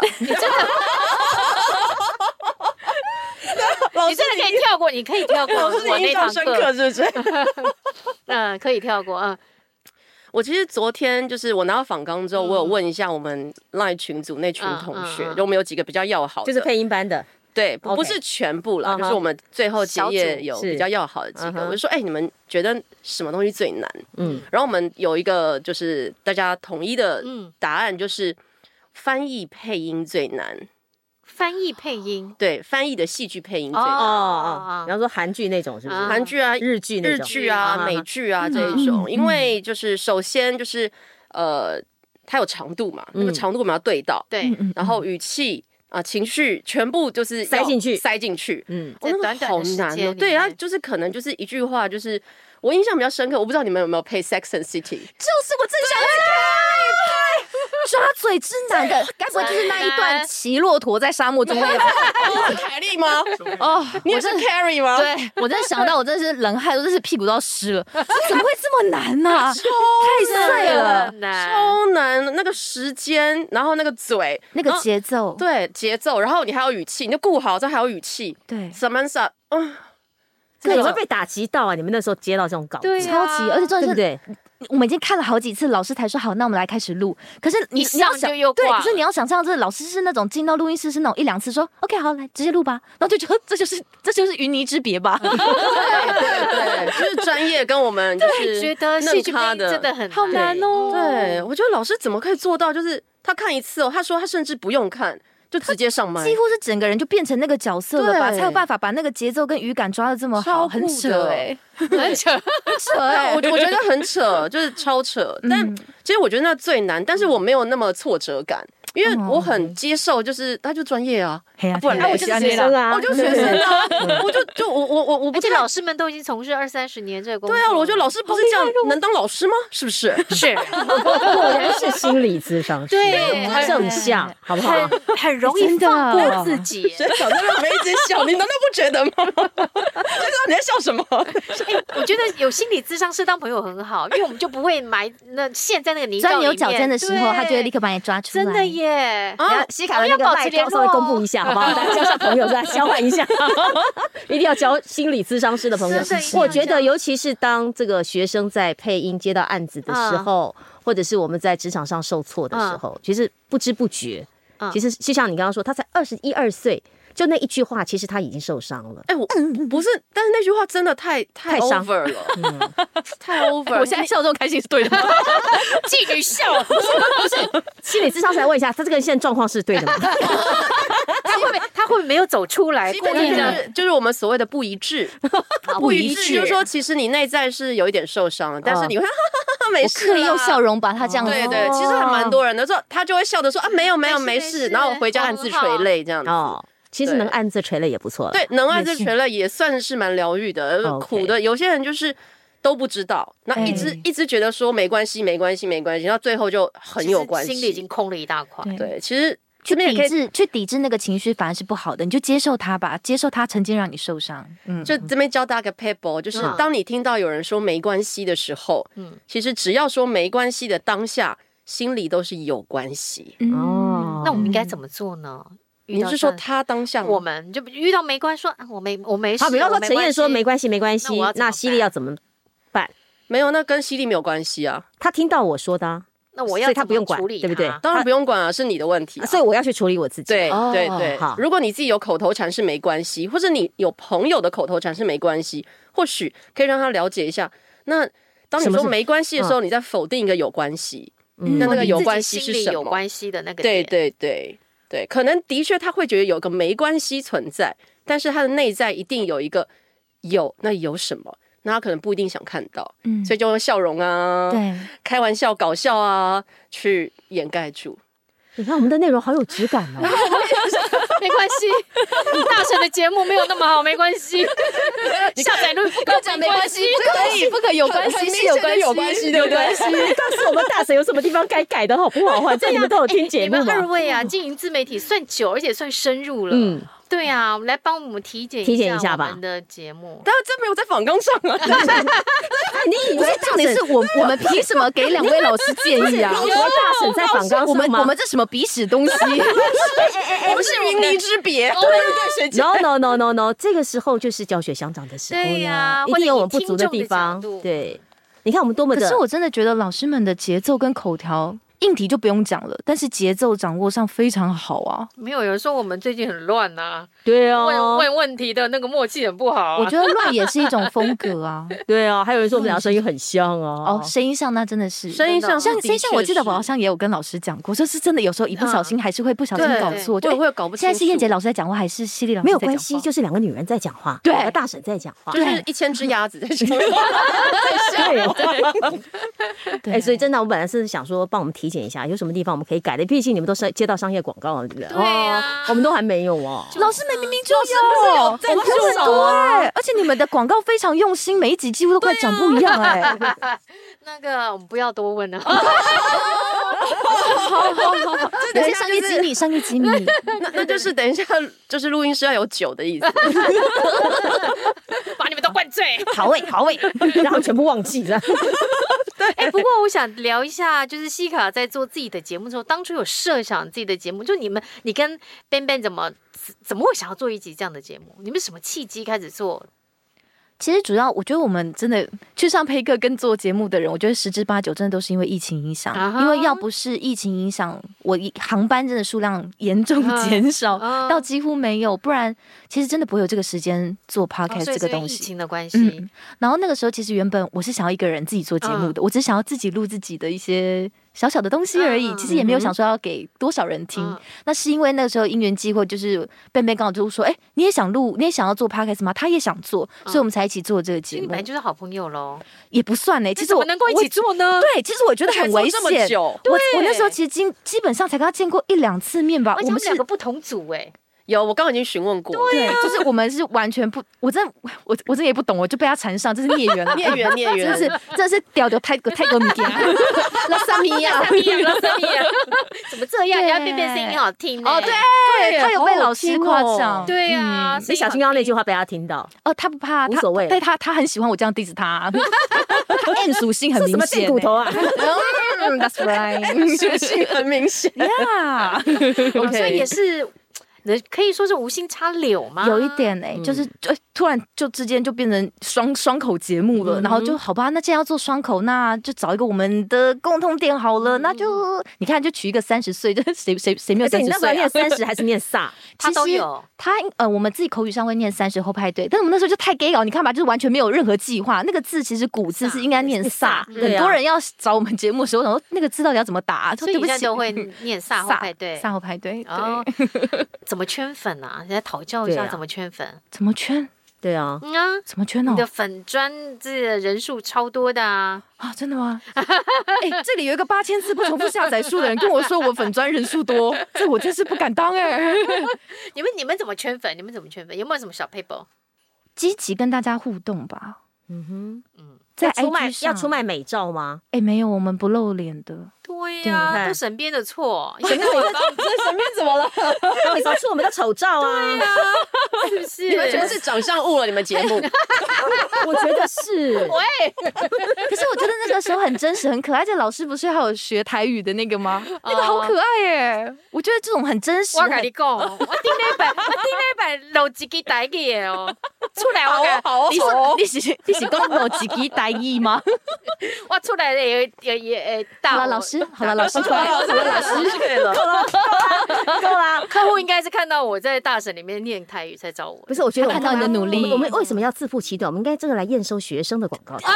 S2: 你真的可以跳过，你可以跳过我那堂课，
S6: 是 不是？
S2: 嗯，可以跳过，嗯，
S6: 我其实昨天就是我拿到访纲之后，
S1: 嗯
S6: 我有问一下我们 LINE 群组那群同学，
S2: 嗯嗯嗯
S6: 就我们有几个比较要好的，
S1: 就是配音班的，
S6: 对，不
S1: OK
S6: 不是全部啦
S1: 嗯哼
S6: 就是我们最后结
S2: 小
S6: 业
S2: 组
S6: 有
S1: 是
S6: 比较要好的几
S1: 嗯
S6: 个，
S1: 哼
S6: 我就说，哎、你们觉得什么东西最难？
S1: 嗯，
S6: 然后我们有一个就是大家统一的
S2: 嗯
S6: 答案，就是翻译配音最难，
S2: 翻译配音，
S6: 对，翻译的戏剧配音最难。
S2: 哦
S1: 哦
S2: 哦
S1: 哦，比方说韩剧那种是不是？
S2: 啊
S6: 韩啊剧啊，
S1: 日剧那
S6: 日
S1: 种，
S6: 剧
S1: 嗯
S6: 啊、
S1: 嗯
S6: 美剧啊这一种，
S2: 嗯
S6: 因为就是首先就是呃，它有长度嘛，那个
S1: 嗯
S6: 长度我们要对到，
S2: 对，
S7: 嗯
S6: 然后语气啊、情绪全部就是
S1: 塞
S6: 要
S1: 进去
S6: 塞进去。
S1: 嗯，
S6: 哦
S2: 在
S6: 那个
S2: 短短的
S6: 好
S2: 时
S6: 难
S2: 间
S6: 哦，
S2: 里
S6: 对啊，
S2: 面
S6: 就是可能就是一句话，就是我印象比较深刻，我不知道你们有没有配《Sex and City》，
S7: 就是我正想讲， 抓嘴之难的，该不会就是那一段骑骆驼在沙漠中那一段？
S6: 凯莉吗？
S7: 哦，
S6: 你也
S7: 我
S6: 是
S7: 真的。
S6: Carrie 吗？，
S7: 对我真的想到，我真的是冷汗，我真是屁股都要湿了，怎么会这么难呢、太碎了，
S2: 很难，
S6: 超难，那个时间，然后那个嘴，
S7: 那个
S6: 然后
S7: 节奏，
S6: 对节奏，然后你还有语气，你就顾好，这还有语气。
S7: 对
S6: Samantha，嗯，
S1: 对，你
S6: 这
S1: 会
S6: 个
S1: 被打击到啊！你们那时候接到这种稿子，
S2: 对啊，
S7: 超级，而且重
S1: 对
S7: 点
S1: 不
S7: 是
S1: 对？
S7: 我们已经看了好几次，老师才说好，那我们来开始录。可是你
S2: 一
S7: 你要
S2: 上
S7: 想
S2: 就又
S7: 对，
S2: 挂
S7: 可是
S2: 了
S7: 你要想象，这老师是那种进到录音室是那种一两次说 OK 好，来直接录吧，然后就觉得这就是这就是云泥之别吧，
S6: 对对，就是专业跟我们就是
S2: 觉得戏剧配
S6: 他
S2: 音真的很
S7: 好难哦。
S6: 对，我觉得老师怎么可以做到？就是他看一次哦，他说他甚至不用看，就直接上麦，
S7: 几乎是整个人就变成那个角色了吧，
S6: 对
S7: 才有办法把那个节奏跟语感抓的这么好，
S6: 超
S7: 很
S6: 酷
S7: 扯
S6: 的
S7: 哎、
S2: 很扯，
S7: 扯哎、
S6: 我我觉得很扯，就是超扯。
S2: 嗯
S6: 但其实我觉得那最难，但是我没有那么挫折感，因为我很接受，就是他就专业啊，
S1: 嘿呀
S6: 啊不然
S1: 嘿呀
S6: 我就是
S1: 喜欢
S6: 学
S1: 这个
S6: 啊
S1: 啊
S6: 我就学 生 啊，我就就我我我我不
S2: 而且
S6: 太
S2: 老师们都已经从事二三十年这个工作
S6: 对
S2: 了，
S6: 啊，我觉得老师不是这样
S2: 哦
S6: 能当老师吗？是不是？
S2: 是
S1: 果然是心理咨商师，
S2: 对很
S1: 正向，好不好？
S2: 很很容易
S7: 真的啊
S2: 放过自己，
S6: 小在那边一直笑，你难道不觉得吗？ 就知道你在笑什么？
S2: 哎我觉得有心理智商是当朋友很好，因为我们就不会埋那陷在那个泥
S7: 钻
S2: 沼
S7: 牛
S2: 里
S7: 角
S2: 面
S7: 尖的时候，
S2: 对
S7: 他就会立刻把你抓出来。
S2: 真的耶！嗯哦
S1: 等下
S6: 啊，
S1: 西卡的那个赖
S2: 联
S1: 招稍微
S2: 络
S1: 公布一下，好不好？大家交下朋友，再交换一 下，一定要交心理咨商师的朋友
S2: 真的一定。要
S1: 我觉
S2: 交
S1: 得，尤其是当这个学生在配音接到案子的
S2: 嗯
S1: 时候，或者是我们在职场上受挫的时候，其实不知不觉
S2: 嗯，
S1: 其实就像你刚刚说，他才二十一二岁，就那一句话，其实他已经受伤了。
S6: 哎，我
S7: 嗯
S6: 不是，但是那句话真的太太
S1: 太伤
S6: over 了，
S2: 嗯
S6: 太
S2: 哎
S6: over 了。
S7: 我现在笑这种开心是对的吗？
S2: 妓女笑，
S7: 啊
S1: 心理咨商师来问一下，他这个人现在状况是对的 吗？
S2: 他会不会他会不会没有走出来？
S6: 基
S2: 故
S6: 本上
S2: 意
S6: 就
S2: 的，
S6: 是就是我们所谓的不一 致，不一致，就是说其实你内在是有一点受伤的，但是你会哈哈哈哈没
S7: 嗯我
S6: 事
S7: 刻意用
S6: 啦
S7: 笑。容把哦他这样子，
S6: 对对，其实还蛮多人的，说他就会笑着说啊没有没有没
S2: 没事
S6: 事，
S2: 没事
S6: 然后我回家暗自垂泪这样子。
S1: 哦，其实
S6: 对
S1: 能暗自垂泪也不错。
S6: 对，能暗自垂泪也算是蛮疗愈的，呃
S1: OK
S6: 苦的有些人就是。都不知道，那一直、
S7: 哎
S6: 一直觉得说没关系，没关系，没关系，到最后就很有关系。
S2: 心里已经空了一大块。
S7: 对。
S6: 对，其实
S7: 去
S6: 这边也可
S7: 抵
S6: 以，
S7: 制，去抵制那个情绪反而是不好的，你就接受它吧，接受它曾经让你受伤。嗯，
S6: 就这边教大家个 paper，就是
S2: 嗯
S6: 当你听到有人说没关系的时候，
S2: 嗯
S6: 其实只要说没关系的当下，心里都是有关系。
S7: 哦，
S2: 那我们应该怎么做呢？遇
S6: 你
S2: 到
S6: 是说
S2: 这样
S6: 他当下吗
S2: 我们就遇到没关系说啊我没我没事，
S1: 好，比方
S2: 我
S1: 说
S2: 没
S1: 陈燕
S2: 关
S1: 说
S2: 系
S1: 没关系，没关系
S2: 那我要，怎么
S1: 那犀利要怎么
S6: 没有，那跟犀利没有关系啊，
S1: 他听到我说的、啊，
S2: 那我要
S1: 所以他
S2: 怎么
S1: 不用管
S2: 处理
S1: 对不对
S2: 它
S6: 当然不用管啊，是你的问题啊、
S1: 所以我要去处理我自己。
S6: 对
S1: 哦
S6: 对对
S1: 好，
S6: 如果你自己有口头禅是没关系，或者你有朋友的口头禅是没关系，或许可以让他了解一下。那当
S1: 什
S6: 你
S1: 么
S6: 说
S1: 是
S6: 没关系的时候，你在否定一个有关系，
S1: 嗯
S6: 那那
S2: 哦
S6: 个
S2: 你
S6: 有
S2: 自己
S6: 关系
S2: 心
S6: 是
S2: 里
S6: 什
S2: 有
S6: 么
S2: 关系的那个
S6: 对
S2: 点
S6: 对对对，可能的确他会觉得有个没关系存在，但是他的内在一定有一个有，那有什么？那他可能不一定想看到，
S7: 嗯
S6: 所以就用笑容啊，
S7: 对，
S6: 开玩笑、搞笑啊，去掩盖住。
S1: 你看我们的内容好有质感 哦。
S2: 没关系，大神的节目没有那么好，没关 系。下载率不高，没关系。
S7: 可以不可以有关系是有关系，有关系
S1: 有关系，告诉我们大神有什么地方该改的好不 好？啊反正你们都有听节
S2: 哎你
S1: 目
S2: 们二
S1: 嘛。
S2: 位啊，经营自媒体算久，而且算深入了。
S1: 嗯
S2: 嗯，对啊，来帮我们体检
S1: 体检一下吧
S2: 我们的节目。
S6: 但这没有在仿纲上 啊，
S1: 你
S7: 不是重点是我我们凭什么给两位老师建议啊？
S1: 你以为大婶在访纲
S7: 我们
S1: 上吗
S7: 我们这什么鼻屎东 西？
S6: 我们是云泥之别，对对学姐。
S1: No no no no no，这 个时候就是教学相长的时候
S2: 对
S1: 呀
S2: 呀，
S1: 一定有我们不足地方
S2: 或者以听众的角。度
S1: 对，你看我们多么
S7: 可
S1: 的
S7: 是我真的觉得老师们的节奏跟口条。硬题就不用讲了，但是节奏掌握上非常好啊！
S2: 没有有人说我们最近很乱呐、
S1: 对
S2: 啊，问
S1: 哦，
S2: 问问题的那个默契很不好、啊。
S6: 哦
S7: 我觉得乱也是一种风格 啊。
S1: 对哦，还有人说我们
S2: 嗯
S1: 俩声音很像哦
S7: 哦，。声音上那真的是
S6: 声音上
S7: 像
S6: 的确
S7: 声音上，我记得我好
S6: 是
S7: 像也有跟老师讲过，就是真的有时候一不小心还是会不小心
S6: 对
S7: 搞错，
S6: 对
S7: 就
S6: 嗯会有搞不清
S7: 现在是
S6: 楚
S7: 燕姐老师在讲话，还是犀利老师
S1: 没有
S7: 在讲
S1: 关系，
S7: 话
S1: 就是两个女人在讲话，
S7: 对
S1: 两个大婶在讲话。
S6: 就是一千只鸭子在上面，
S1: 对，
S7: 对
S1: 哎，所以真的，我本来是想说帮我们体检一下，有什么地方我们可以改的。毕竟你们都是接到商业广告了，对不对？
S2: 对啊
S1: 哦我们都还没有哦。
S7: 老师们明明就有，我们很多哎，而且你们的广告非常用心，每一集几乎都快长不一样哎。
S6: 啊
S2: 那个我们不要多问了、
S7: 等一下上一集你，上一集你，
S6: 那那就是 等一下，就是录音师要有酒的意思。
S2: 把你们都灌醉。
S1: 好味好 味，然后全部忘记了。
S2: 哎、不过我想聊一下，就是西卡在做自己的节目之后，当初有设想自己的节目，就你们，你跟 Ben Ben 怎么怎么会想要做一集这样的节目？你们什么契机开始做？
S7: 其实主要我觉得我们真的去上培课跟做节目的人，我觉得十之八九真的都是因为疫情影响
S2: 啊哈
S7: 因为要不是疫情影响，我一航班真的数量严重减少、
S2: 啊
S7: 到几乎没有，不然其实真的不会有这个时间做 podcast
S2: 哦所以
S7: 这
S2: 是
S7: 个
S2: 因为
S7: 东
S2: 疫
S7: 西。
S2: 情的关系。
S7: 嗯，然后那个时候其实原本我是想要一个人自己做节目
S2: 嗯
S7: 的，我只是想要自己录自己的一些小小的东西而已，
S2: 嗯
S7: 其实也没有想说要给多少人听。
S2: 嗯
S7: 那是因为那个时候因缘际会，就是贝贝刚好就说，哎、你也想录，你也想要做 podcast 吗？他也想做，所以我们才一起做这
S2: 所
S7: 个
S2: 以
S7: 节
S2: 嗯你
S7: 目
S2: 本，来就是好朋友喽，
S7: 也不算呢、
S2: 其
S7: 其
S2: 实
S7: 实
S2: 我
S7: 我
S2: 能够一起
S7: 我
S2: 做呢。
S7: 对，其实我觉得很危
S6: 而且还做这么
S7: 险。
S6: 久
S7: 我我那时候其实基基本上才跟他见过一两次面吧，
S2: 而且
S7: 啊我
S2: 我
S7: 们
S2: 们
S7: 是
S2: 两个不同组 哎、
S6: 有，我刚刚已经询问过，
S7: 对，
S1: 啊
S7: 就是我们是完全不，我真的我我真的也不懂，我就被他缠上，这是孽缘了，啊
S6: 孽 缘孽
S7: 真
S6: 缘
S7: 的是真的是屌屌泰国泰国米 给啊，拉萨米
S1: 啊
S7: 亚，
S2: 哎呀， 老师你也怎么这样？人家 Ben Ben 声音好听呢
S7: 哦啊对，嗯他有被
S6: 哦
S7: 老师夸奖，
S1: 哦
S2: 对啊，
S1: 你
S2: 声音
S1: 小
S2: 好
S1: 心刚刚那句话被他听到，
S7: 哦，他不怕，
S1: 无
S7: 他
S1: 所谓
S7: 但他他很喜欢我这样 diss 他，啊他 M 属性很
S1: 这
S7: 明
S1: 什么
S7: 显
S1: 贱
S7: 欸，
S1: 骨头啊？
S7: 嗯，That's right，
S6: 属性很明显。
S7: yeah，
S2: 哦所以也是，呃可以说是无心插柳
S1: 啊
S2: 吗？
S7: 有一点
S1: 嗯
S7: 哎，就是就突然就之间就变成双双口节目
S1: 嗯
S7: 了，然后就好吧，那既然要做双口，那就找一个我们的共同点好
S1: 嗯
S7: 了，那就你看就娶一个三十岁， 这谁谁谁没有
S1: 而且
S7: 三
S1: 哎你
S7: 十
S1: 那时候
S7: 岁
S1: 念
S7: 啊？
S1: 三十还是念煞？
S2: 他都
S7: 其实
S2: 有
S7: 他呃，我们自己口语上会念三十后派对，但我们那时候就太 gay 了，你看吧，就是完全没有任何计划。那个字其实古字是应该 念飒，
S1: 对
S7: 很
S1: 啊
S7: 多人要找我们节目的时候，然后那个字到底要怎么打啊？
S2: 所以
S7: 对
S2: 你
S7: 不
S2: 现在
S7: 起，
S2: 都会念萨后派对。
S7: 飒后派对，对，
S2: 哦， 怎么圈粉啊？人家讨教一
S1: 对
S2: 下
S1: 啊
S2: 怎么圈粉。
S7: 怎么圈？
S1: 对啊，
S2: 嗯啊，
S7: 怎么圈
S2: 你
S7: 哦
S2: 的？粉砖这人数超多的啊！
S7: 啊，真的吗？ 哎，这里有一个八千次不重复下载数的人跟我说我粉砖人数 多，这我真是不敢当哎。
S2: 你们你们怎么圈粉？你们怎么圈粉？有没有什么小 paper？
S7: 积极跟大家互动吧，
S1: 嗯
S2: 嗯
S1: 哼，在出
S7: IG
S1: 卖要
S7: 上
S1: 出卖美照吗？
S7: 哎，没有，我们不露脸的。
S2: 对
S1: 对你
S2: 呀，
S1: 看
S2: 都沈编的错，沈编我帮
S1: 那你说出我们的丑照 啊？
S2: 是不是？
S6: 你们全是长相误了你们节 目，
S1: 我觉得是，
S7: 可是我觉得那个时候很真实、很可爱。这老师不是还有学台语的那个吗？ 那个好可爱耶！我觉得这种很真实。
S2: 我
S7: 很
S2: 跟你讲，我顶礼拜，我顶礼拜录一个台语的哦，出来我敢，
S6: 好哦
S7: 你是你是你是讲我自己台语吗？
S2: 哇，出来的也也也也大
S7: 好
S2: 我。
S7: 了，老师，好了，老师，
S6: 好了
S7: 好了，老师，
S6: 对了，
S1: 够啦。
S2: 客户应该是看到我在大省里面念台语才找我
S1: 不。是，我觉得我
S7: 看
S1: 们
S7: 到你的努力
S1: 我们为什么要自负其短？我们应该这个来验收学生的广告，
S2: 哎，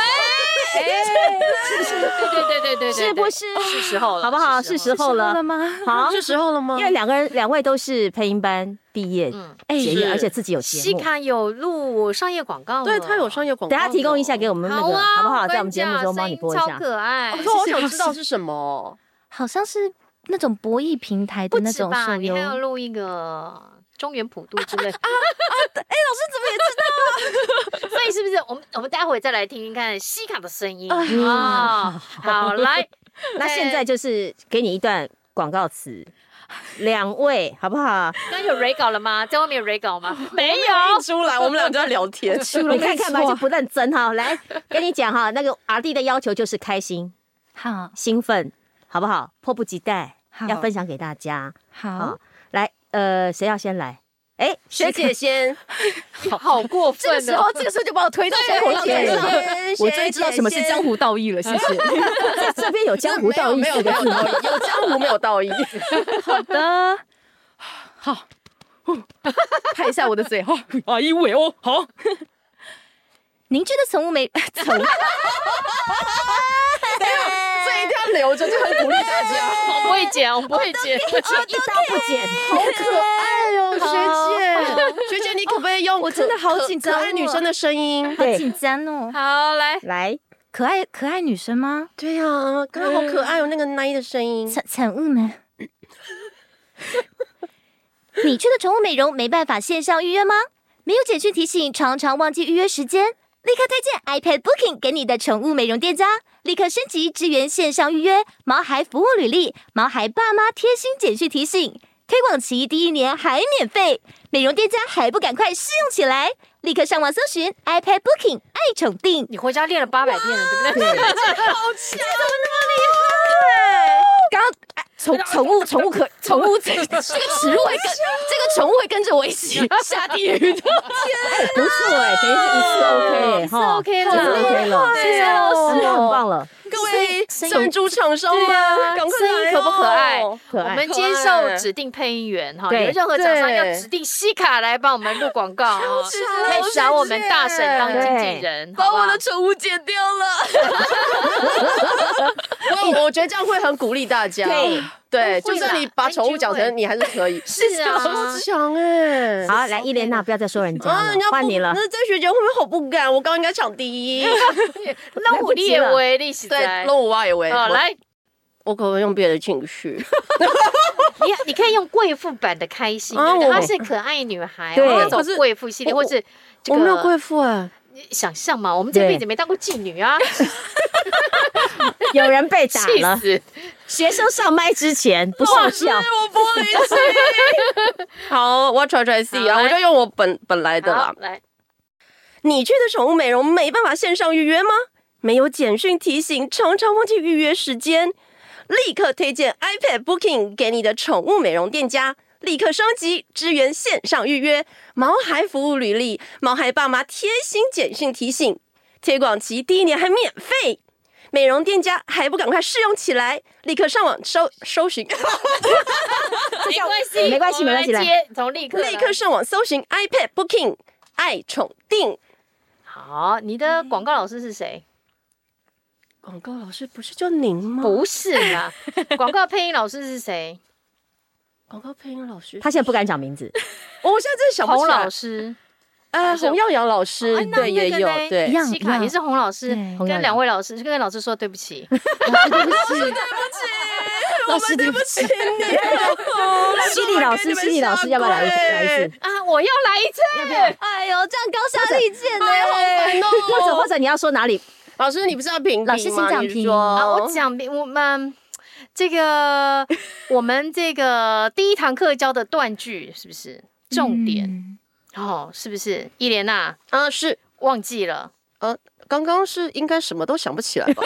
S2: 对对对对对，
S1: 是不是？
S2: 是时候了？
S1: 好不好？是
S7: 哦
S1: 时候了
S7: 了，吗？
S1: 好，
S6: 嗯是时候了吗
S1: 因？为两个人两位都是配音班毕业，
S2: 嗯
S1: 哎，
S6: 是
S1: 而且自己有节
S2: 西
S1: 目。
S2: 卡有录商业广告了，
S6: 哦对他有商业广告，
S1: 等下提供一下。给我们那
S2: 好
S1: 个
S2: 啊，
S1: 好不好？
S2: 我跟
S1: 在我们节目
S2: 讲
S1: 中帮你播一
S2: 声音
S1: 下
S2: 超。可爱
S6: 我。哦说好想知道是什么，
S7: 好像是那种博弈平台的
S2: 不
S7: 那
S2: 止
S7: 种
S2: 吧？
S7: 手
S2: 你
S7: 游
S2: 还，要录一个中原普渡之 类啊？哎、老师怎么也知道、啊？所以是不是我们我们待会再来听听看西卡的声音啊、好，来，
S1: 那现在就是给你一段广告词，两位好不好？
S2: 刚刚有 re 稿了吗？在外面有 re 稿吗？没
S6: 印
S2: 有。
S6: 出来，我们俩就在聊天。
S1: 你看看吧，就不认真哈。来，跟你讲哈，那个 R D 的要求就是开心、
S7: 好
S1: 兴奋，好不好？迫不及待
S7: 好
S1: 要分享给大家。
S7: 好，
S1: 来，呃，谁要先来？哎，
S6: 学姐先，
S2: 好好过分哦！
S7: 这个时候就把我推到
S6: 水火线上
S7: 我终于知道什么是江湖道义了，谢 谢。
S1: 在这边有江湖道义
S6: 没有
S1: 四个
S6: 没有
S1: 字
S6: 没有
S1: 吗？
S6: 道义，有江湖没有 道义。
S7: 好的，好，拍一下我的嘴哈。
S3: 啊，一尾哦，好，
S7: 您觉得宠物美 宠物
S6: 这一定要留着，就很鼓励大家。
S2: 我不会剪，我不会剪。
S1: 一刀不剪，好可
S6: 哎呦，哦学姐，学姐，你可不可以用我
S7: 真的好紧张哦
S6: 女生的声音？
S7: 好
S1: 对，
S7: 紧张哦？
S2: 好，来，
S1: 来，
S7: 可爱可爱女生吗？
S6: 对呀，刚刚好可爱哦，那个奶的声音。
S7: 宠宠物们，你去的宠物美容没办法线上预约吗？没有简讯提醒，常常忘记预约时间，立刻推荐 iPad Booking 给你的宠物美容店家，立刻升级支援线上预约，毛孩服务履历，毛孩爸妈贴心简讯提醒，推广期第一年还免费，美容店家还不赶快试用起来？立刻上网搜寻 iPad Booking 爱宠定。
S2: 你回家练了八百遍了，对不对？
S7: 刚刚宠 宠物宠物可宠物这个食物会跟
S6: 啊
S7: 这个宠物会跟着我一 起下地狱的。
S1: 哎，不错哎，等于是一次 OK 哎，哈
S2: OK
S1: 一次
S2: 了
S1: OK 了，
S2: 谢谢老
S1: 真的
S2: 师。
S1: 很
S7: 哦
S1: 棒了，
S6: 啊各位赞助厂商
S2: 对啊
S6: 们，赶快
S2: 声音
S6: 来
S2: 可不可爱
S6: 哦
S1: 可
S2: 我
S1: 爱。
S2: 们接受指定配音员哈，
S1: 对
S2: 有任何厂商
S6: 对
S2: 要指定西卡来帮我们录广 告哈，可以找我们大婶当经纪人，好
S6: 把
S2: 不好
S7: 啊
S6: 我的宠物剪掉 了。我我觉得这样会很鼓励大家。
S1: 对
S6: 对，
S2: 不会
S6: 就
S2: 啦
S6: 算你把宠物讲成你还是 可以。
S2: 是啊
S6: 好强哎！
S1: 好，来，伊莲娜，不要再说人家
S6: 啊，
S1: 了
S6: 人家，
S1: 换
S6: 不
S1: 你了。
S6: 那这学姐会不会好不敢？我刚刚应该抢第 一。
S2: 那我
S1: 及
S2: 列
S1: 了
S2: 为历史在
S6: 对，。龙五蛙也为。
S2: 好，
S6: 我，
S2: 来，
S6: 我可不可以用别的情绪？
S2: 你你可以用贵妇版的开心，
S6: 啊
S2: 对不对
S6: 我
S2: 她是可爱女孩，
S1: 对
S2: 那
S6: 可
S2: 种
S6: 是
S2: 贵妇系列，
S6: 我
S2: 或是这
S6: 我
S2: 个
S6: 没有贵妇哎，
S2: 想象嘛，我们这
S1: 对
S2: 辈子没当过妓女啊，
S1: 有人被打
S2: 气
S1: 了，
S2: 死！
S1: 学生上麦之前不上校，
S6: 我玻璃心。 好，我要 try try see 啊，
S2: 好来
S6: 我就用我本本来的啦
S2: 好。来，
S6: 你去的宠物美容没办法线上预约吗？没有简讯提醒，常常忘记预约时间，立刻推荐 iPad Booking 给你的宠物美容店家，立刻升级支援线上预约，毛孩服务履历，毛孩爸妈贴心简讯提醒，推广期第一年还免费。美容店家还不赶快试用起来！立刻上网搜搜寻，
S2: 没关系，
S1: 没关系
S2: 我们
S1: 没关系
S2: 来
S1: 来
S2: 接，从立刻来
S6: 立刻上网搜寻 iPad Booking 爱宠定。
S2: 好，你的广告老师是谁？
S6: 广告老师不是就您吗？
S2: 不是 啦，广告配音老师是谁？
S6: 广告配音老师哦
S1: 他现在不敢讲名字，
S6: 我现在真的想不
S2: 洪
S6: 起
S2: 老
S6: 来。
S2: 师，
S6: 呃，洪耀阳老师
S2: 哦哎那
S6: 对也
S2: 那个
S6: 有
S2: 嘞
S6: 对
S7: 一，样
S2: 西卡也是洪老师，
S7: 对
S1: 洪耀
S2: 跟
S1: 阳
S2: 两位老师跟老师说对不起，
S7: 老师对不起，
S1: 犀利老师，犀利老师，要不要来一次？来一次？
S2: 啊，我要来一次，
S7: 哎呦，这样高下立见呢。
S1: 哎或者或者你要说哪里？
S6: 老师，你不是要评
S7: 老师请
S6: 吗
S7: 讲
S6: 你
S7: 评
S6: 说
S2: 啊，我讲我们这个我们这个第一堂课教的断句是不是重点？哦，是不是？伊莲娜
S6: 啊是哦
S2: 忘记了，
S6: 呃，刚刚是应该什么都想不起来吧？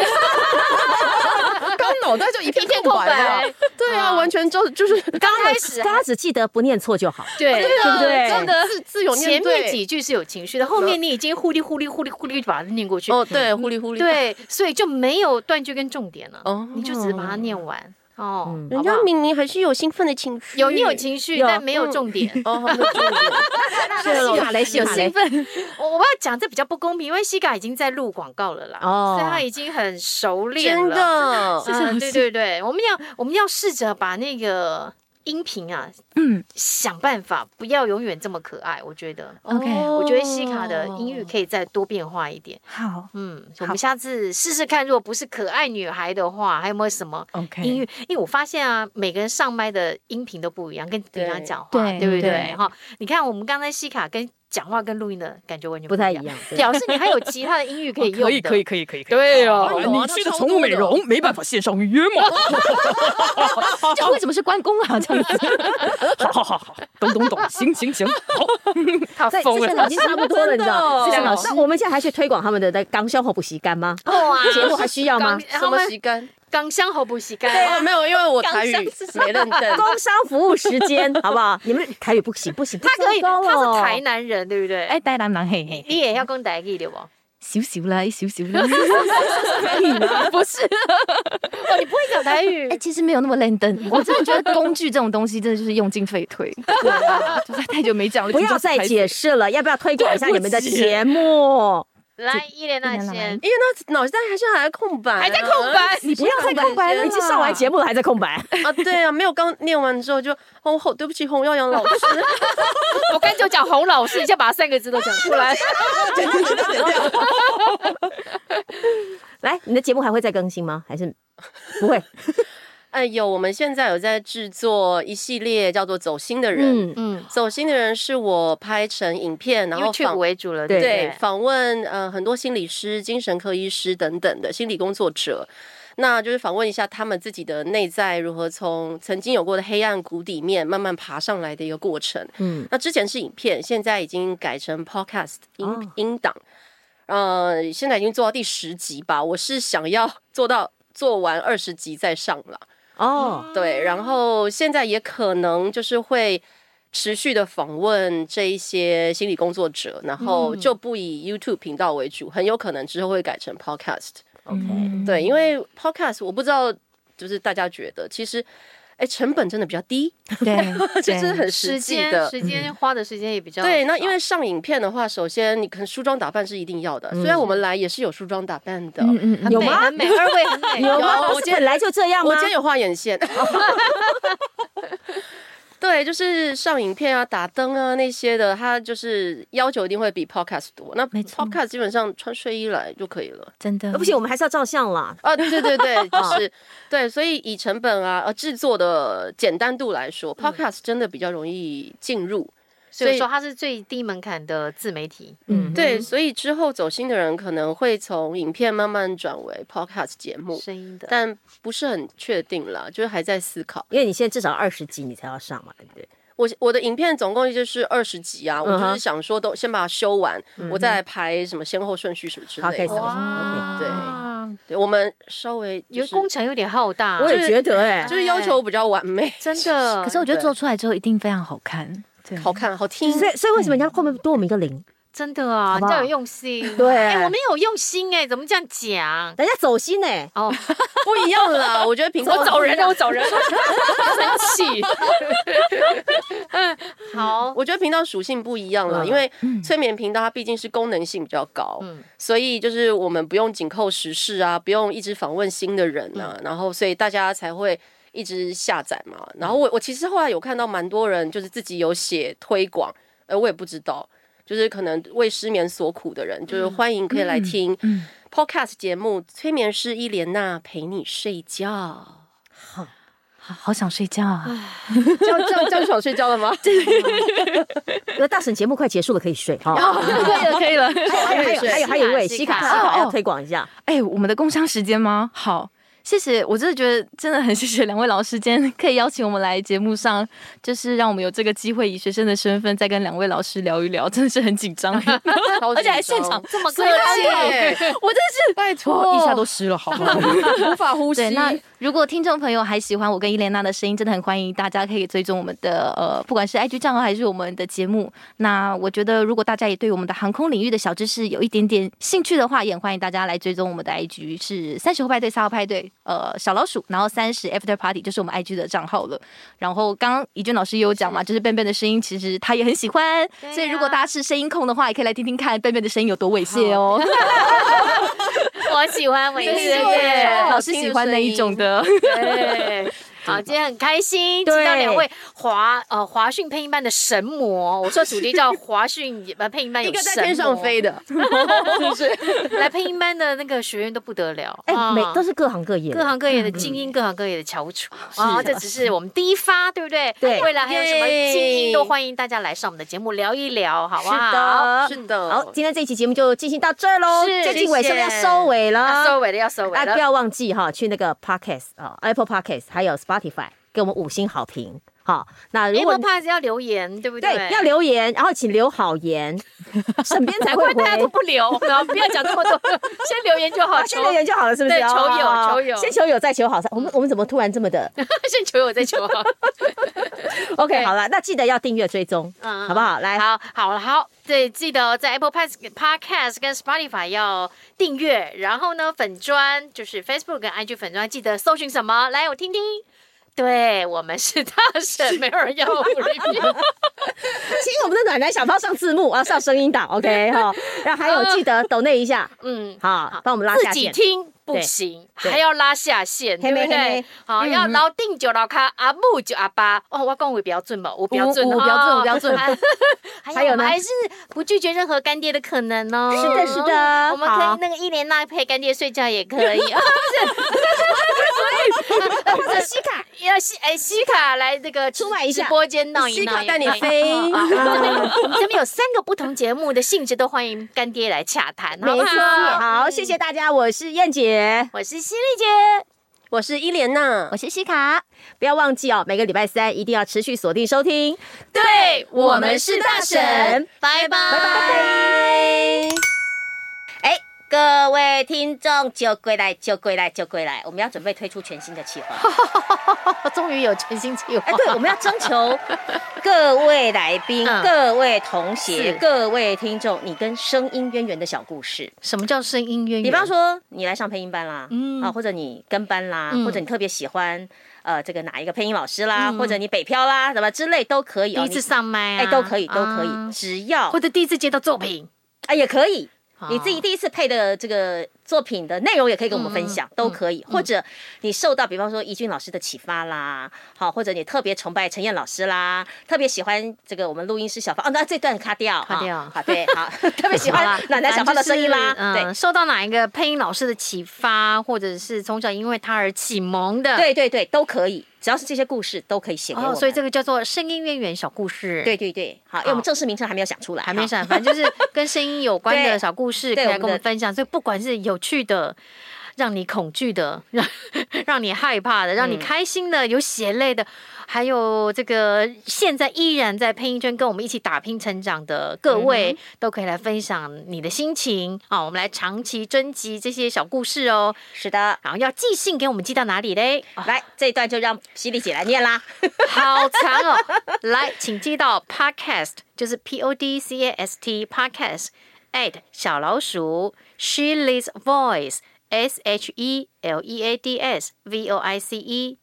S6: 刚然后脑袋就一片
S2: 一片
S6: 空
S2: 空
S6: 白嘛
S2: 白。
S6: 对啊，完全就就是
S2: 刚开始
S1: 大家只记得不念错就好。
S2: 对
S1: 对不对
S6: 啊真的自自由面
S2: 前面
S6: 对。嗯
S2: 几句是有情绪的，后面你已经呼哩呼哩呼哩呼哩就把它念过去。
S6: 哦，对，糊里糊里。，
S2: 对，所以就没有断句跟重点了，
S6: 哦嗯
S2: 你就只是把它念完哦。好
S6: 人
S2: 不好
S6: 家明明还是有兴奋的情绪，
S2: 有你有情绪，
S1: 有
S2: 但没有重 点。
S6: 哦，好那就是啊
S1: 是马来西亚兴奋
S2: 我我要讲这比较不公平，因为西嘎已经在录广告了啦，
S1: 哦
S2: 所以他已经很熟练
S6: 真
S2: 了。
S6: 的，
S2: 嗯，对对对，我们要我们要试着把那个音频啊，
S7: 嗯
S2: 想办法不要永远这么可爱。我觉得，
S1: 哎
S7: ，OK，
S2: 我觉得西卡的音域可以再多变化一点。
S7: 哦好
S2: 嗯，我们下次试试看，如果不是可爱女孩的话，还有没有什么音
S7: ，OK，
S2: 域，因为我发现啊，每个人上麦的音频都不一样，跟平常讲话，
S7: 对
S2: 对不对
S6: 对？
S2: 哈，你看我们刚才西卡跟讲话跟录音的感觉完全
S1: 不太
S2: 一
S1: 一样，对
S2: 表示你还有其他的音域可以用的。以，
S8: 哦可以可以可以。
S2: 对哦。
S7: 哎
S6: 有啊
S8: 你去的宠物美
S6: 他超多
S8: 容没办法线上预约 吗？
S7: 这为什么是关公啊？这样子，
S8: 好好好好，懂懂懂，行行行， 好，
S2: 他
S1: 在
S2: 疯
S1: 之前
S2: 了
S1: 老师差不多了，哦你知道？之前老啊师，那我们现在还去推广他们的在港销喉补习 干吗？
S2: 哇
S1: 节目还需要吗？
S2: 港
S6: 什
S2: 他
S6: 么
S2: 们
S6: 时间？
S2: 港香喉补习
S6: 对
S2: 干，
S6: 啊，没有，因为我台语啊没认 真。
S1: 工商服务时间，好不 好？你们台语不行不哦行，他
S2: 他可以，他是台南人，对不对？哎，
S7: 哎，呆男男嘿嘿，
S2: 你也要跟台语的不？哦，
S7: 小小啦，一小小啦， 不是，
S2: 哦你不会讲台语
S7: 哎，其实没有那么认真，我真的觉得工具这种东西真的就是用进废退，就是太久没讲了，
S1: 不要再解释了，要不要推广一下你们的节目？
S2: 来，伊莲娜
S7: 伊莲娜
S2: 先
S7: 来，
S6: 因为那脑袋还是还在空白啊，
S2: 还在空白，
S1: 你不要再空白了，已经上完节目了还在空白，
S6: 啊！对啊，没有刚念完之后就哦，好对不起，洪耀阳 老师，
S2: 我刚就讲洪老师，你先把他三个字都讲出来。
S1: 来，你的节目还会再更新吗？还是不 会？
S6: 哎呦，我们现在有在制作一系列叫做《走心的人》，
S2: 嗯
S6: 走心的人》是我拍成影片，然后
S2: ，YouTube
S6: 访
S2: 为主了，
S1: 对
S2: 对不
S6: 对
S2: 对？
S6: 访问呃很多心理师、精神科医师等等的心理工作者。那就是访问一下他们自己的内在如何从曾经有过的黑暗谷底面慢慢爬上来的一个过程。
S1: 嗯，
S6: 那之前是影片，现在已经改成 podcast 音、
S1: 哦
S6: 音档，呃，现在已经做到第十集吧。我是想要做到做完二十集再上了，
S1: 哦，
S6: 对，然后现在也可能就是会持续的访问这一些心理工作者，然后
S2: 嗯
S6: 就不以 YouTube 频道为主，很有可能之后会改成 podcast。
S7: 嗯
S6: 对，因为 podcast 我不知道，就是大家觉得其实。哎，成本真的比较低，
S7: 对，
S6: 这是
S7: 对
S6: 很
S2: 时
S6: 实际
S2: 间
S6: 的。
S2: 时间花的时间也比较
S6: 对，
S2: 少
S6: 那因为上影片的话，首先你可能梳妆打扮是一定要的，虽然我们来也是有梳妆打扮的。
S7: 嗯嗯嗯，
S1: 有
S2: 美
S1: 吗？
S2: 很美，二位很美，啊
S1: 有啊吗？
S6: 有
S1: 不
S6: 我
S1: 是
S6: 今
S1: 本来就这样吗
S6: 我？今天有画眼线。 对，就是上影片啊、打灯啊那些的，它就是要求一定会比 podcast 多。那
S7: 没错
S6: podcast 基本上穿睡衣来就可以了。
S7: 真的
S1: 呃不行，我们还是要照相啦。
S6: 啊， 对对对，就是对，所以以成本啊、呃制作的简单度来说，podcast 真的比较容易进入。
S2: 所以说
S6: 所以
S2: 它是最低门槛的自媒体。
S1: 嗯，
S6: 对，所以之后走心的人可能会从影片慢慢转为 podcast 节目，
S2: 声音的，
S6: 但不是很确定啦，就是还在思考。
S1: 因为你现在至少二十集你才要上嘛，对不对？
S6: 我我的影片总共就是二十集啊，我
S1: 嗯
S6: 就
S1: 哼嗯
S6: 是想说都先把它修完，我再来排什么先后顺序什么之
S1: 好，开
S6: 类
S1: 始
S6: 的。
S1: 了。
S6: 对
S2: 哇，
S6: 对，我们稍微就
S2: 有
S6: 是
S2: 工程有点浩大
S1: OK，我，也觉得哎
S6: 就，是要求比较完美，
S2: 真的。
S7: 可是我觉得做出来之后一定非常好看，对，
S6: 好看好听。
S2: 嗯
S1: 所以所以为什么人家后面多我们一个零？
S2: 真的啊，
S1: 好不
S2: 你
S1: 好
S2: 要有用心。
S1: 对
S2: 哎， 我没有用心哎，怎么这样讲？
S1: 人家走心哎，
S2: 哦，
S6: 不一样啦，我觉得平常
S2: 我走人了，我走人了，生气。嗯， 好，
S6: 我觉得频道属性不一样了，
S1: 嗯
S6: 因为催眠频道它毕竟是功能性比较高，
S2: 嗯
S6: 所以就是我们不用紧扣时事啊，不用一直访问新的人啊，然后所以大家才会一直下载嘛。然后我我其实后来有看到蛮多人就是自己有写推广，呃，我也不知道。就是可能为失眠所苦的人，就是欢迎可以来听 podcast 节目《催眠师伊莲娜陪你睡觉》。
S7: 好好想睡觉 啊，
S6: 这样这样这样想睡觉了吗？
S1: 那大婶节目快结束了，可以睡哈。
S7: 可以了可以了，
S2: 哦
S1: 哎还有还有
S2: 啊
S1: 还有还有一位西
S2: 西
S1: 卡，
S2: 卡
S1: 西卡
S7: 哦
S1: 要
S7: 哦
S1: 推广一下。
S7: 哎、我们的工商时间吗？好，谢谢，我真的觉得真的很谢谢两位老师今天可以邀请我们来节目上，就是让我们有这个机会以学生的身份再跟两位老师聊一聊，真的是很紧 张，而且还现场
S2: 这么客
S7: 所以大家
S2: 气，
S7: 我真的是
S8: 拜托，一下都湿了，好吗？
S6: 哦 无法呼吸
S7: 对，。那如果听众朋友还喜欢我跟伊莲娜的声音，真的很欢迎大家可以追踪我们的呃，不管是 IG 账号还是我们的节目。那我觉得，如果大家也对我们的航空领域的小知识有一点点兴趣的话，也很欢迎大家来追踪我们的 IG 是三十后派对、三号派对，呃，小老鼠，然后三十 After Party 就是我们 IG 的账号了。然后刚刚怡君老师也有讲嘛，就是笨笨的声音，其实他也很喜欢，
S2: 对呀
S7: 所以如果大家是声音控的话，也可以来听听看笨笨的声音有多猥亵哦。
S2: 我喜欢文
S6: 对
S2: 学
S6: 对对
S2: 对
S1: 哦
S7: 老师喜欢那一种的。
S2: 对，好，今天很开心，请到两位华呃华讯配音班的神魔，我说主题叫华讯呃配音班有
S6: 一个在
S2: 神
S6: 天上
S2: 魔
S6: 飞，的，是不是？
S2: 来配音班的那个学员都不得了，
S1: 哎、
S2: 啊
S1: 每都是各行各业的，嗯
S2: 各行各业的精英，各行各业的翘楚啊，这只是我们第一发，对不对？
S1: 对
S2: 未来还有什么精英
S6: 耶
S2: 都欢迎大家来上我们的节目聊一聊，好不好？
S1: 是的，
S6: 是的
S1: 好，今天这一期节目就进行到这儿喽，
S2: 是
S1: 接近尾
S2: 谢
S1: 声
S2: 谢
S1: 要收尾
S2: 要
S1: 了，
S2: 收尾了，要收尾
S1: 大家不
S2: 了。
S1: 要忘记哈，去那个 Podcast 啊，Apple Podcast 还有 Spotify 给我们五星好评。好，那如
S2: 因
S1: 果
S2: 为哎怕是要留言，对不
S1: 对要留言，然后请留好 言，沈编才
S2: 难
S1: 会
S2: 怪
S1: 回
S2: 大。家都不留，然后不要讲那 么多，先留言就好。
S1: 啊先留言就好了，是不是？
S2: 哦对求友
S1: 哦
S2: 求友嗯
S1: 先求友再求好。我们我们怎么突然这么 的
S2: 先求我再 求好，
S1: ？OK，好了，那记得要订阅追踪，
S2: 嗯
S1: 好不好？来，
S2: 好，好了，好，对，记得在 Apple Pod- Podcast 跟 Spotify 要订阅，然后呢，粉砖就是 Facebook 跟 IG 粉砖，记得搜寻什么？来，我听听。对我们是大神，没有人要我 review。
S1: 请我们的暖男小猫上字幕啊，上声音 档，OK 哈。然后还有记得抖内一下，
S2: 嗯，
S1: 好，帮我们拉
S2: 自
S1: 下
S2: 己
S1: 线。
S2: 听不
S1: 对
S2: 行，
S1: 对
S2: 还要拉下线，
S1: 嘿
S2: 对
S1: 妹
S2: 不
S1: 嘿嗯
S2: 对
S1: 妹？
S2: 好，要老定就老卡，阿母就阿爸。哦，我讲话标准吧，我标准，
S7: 有有
S2: 哦
S7: 标准有标准。
S2: 还
S1: 还
S2: 有
S1: 有
S2: 我们
S1: 呢
S2: 还是不拒绝任何干爹的可能哦。
S1: 是的是的
S2: 我们可
S1: 好
S2: 以那个一连娜陪干爹睡觉也 可以，啊不是？或者西卡要西哎西卡来这个
S1: 出卖一下
S2: 直播间闹一
S6: 西
S2: 闹，
S6: 卡带你
S2: 也可以
S6: 飞
S2: 啊我们这边有三个不同节目的性质，都欢迎干爹来洽谈，好
S1: 没
S2: 不
S1: 错，
S2: 好？
S1: 好，谢谢大家，我是燕姐。
S2: 我是犀利姐。
S6: 我是伊莲娜
S7: 我，是西卡，
S1: 不要忘记哦，每个礼拜三一定要持续锁定收听。
S2: 对
S1: 我们是大神，
S2: 拜拜拜
S1: 拜。
S5: 哎，各位听众，就归来，就归来，就归来！我们要准备推出全新的企划。
S2: 终于有全新计
S5: 哎，
S2: 划，
S5: 对，我们要征求各位来宾、
S2: 嗯
S5: 各位同学、
S2: 是
S5: 各位听众，你跟声音渊源的小故事。
S2: 什么叫声音渊源？
S5: 比方，说，你来上配音班啦，
S2: 嗯
S5: 啊，或者你跟班啦，
S2: 嗯
S5: 或者你特别喜欢呃这个哪一个配音老师啦，或者你北漂啦，什么之类都可以。
S2: 第
S5: 哦
S2: 一次
S5: 你
S2: 上麦啊，
S5: 哎都可以，都可
S2: 啊
S5: 以，只要
S2: 或者第一次接到作品，
S5: 啊也可以。你自己
S2: 哦
S5: 第一次配的这个作品的内容也可以跟我们分
S2: 嗯
S5: 享，都可以。或者你受到比方说怡君老师的启发啦，好，或者你特别崇拜陈燕老师啦，特别喜欢这个我们录音师小芳，哦，那这段卡掉，
S2: 卡掉
S5: 啊好，对， 好，特别喜
S2: 好啦
S5: 欢暖男小芳的声音啦，
S2: 反正就是嗯，受到哪一个配音老师的启发，或者是从小因为他而启蒙的，，
S5: 对，对对对，都可以，只要是这些故事都可以写给我
S2: 哦，
S5: 们。
S2: 所以这个叫做声音渊源小故事，，
S5: 对对对，好，因为我们正式名称还没有想出来，
S2: 还没
S5: 好。
S2: 闪，反正就是跟声音有关的
S5: 对
S2: 小故事，可
S5: 对
S2: 以来跟
S5: 我们的
S2: 我们分享。所以不管是有趣的。让你恐惧
S5: 嗯
S2: 的，让让你害怕的，让你开心的，有血泪的，还有这个现在依然在配音圈跟我们一起打拼成长的各
S5: 嗯
S2: 位，都可以来分享你的心情啊！我们来长期征集这些小故事哦。
S5: 是的，
S2: 然后要寄信给我们寄到哪里嘞？
S5: 来这一段就让犀利姐来念啦。
S2: 好长哦！来，请寄到 podcast，就是 p o d c a s t podcast at 小老鼠 Shelley's Voice s h e l e a d s v o i c e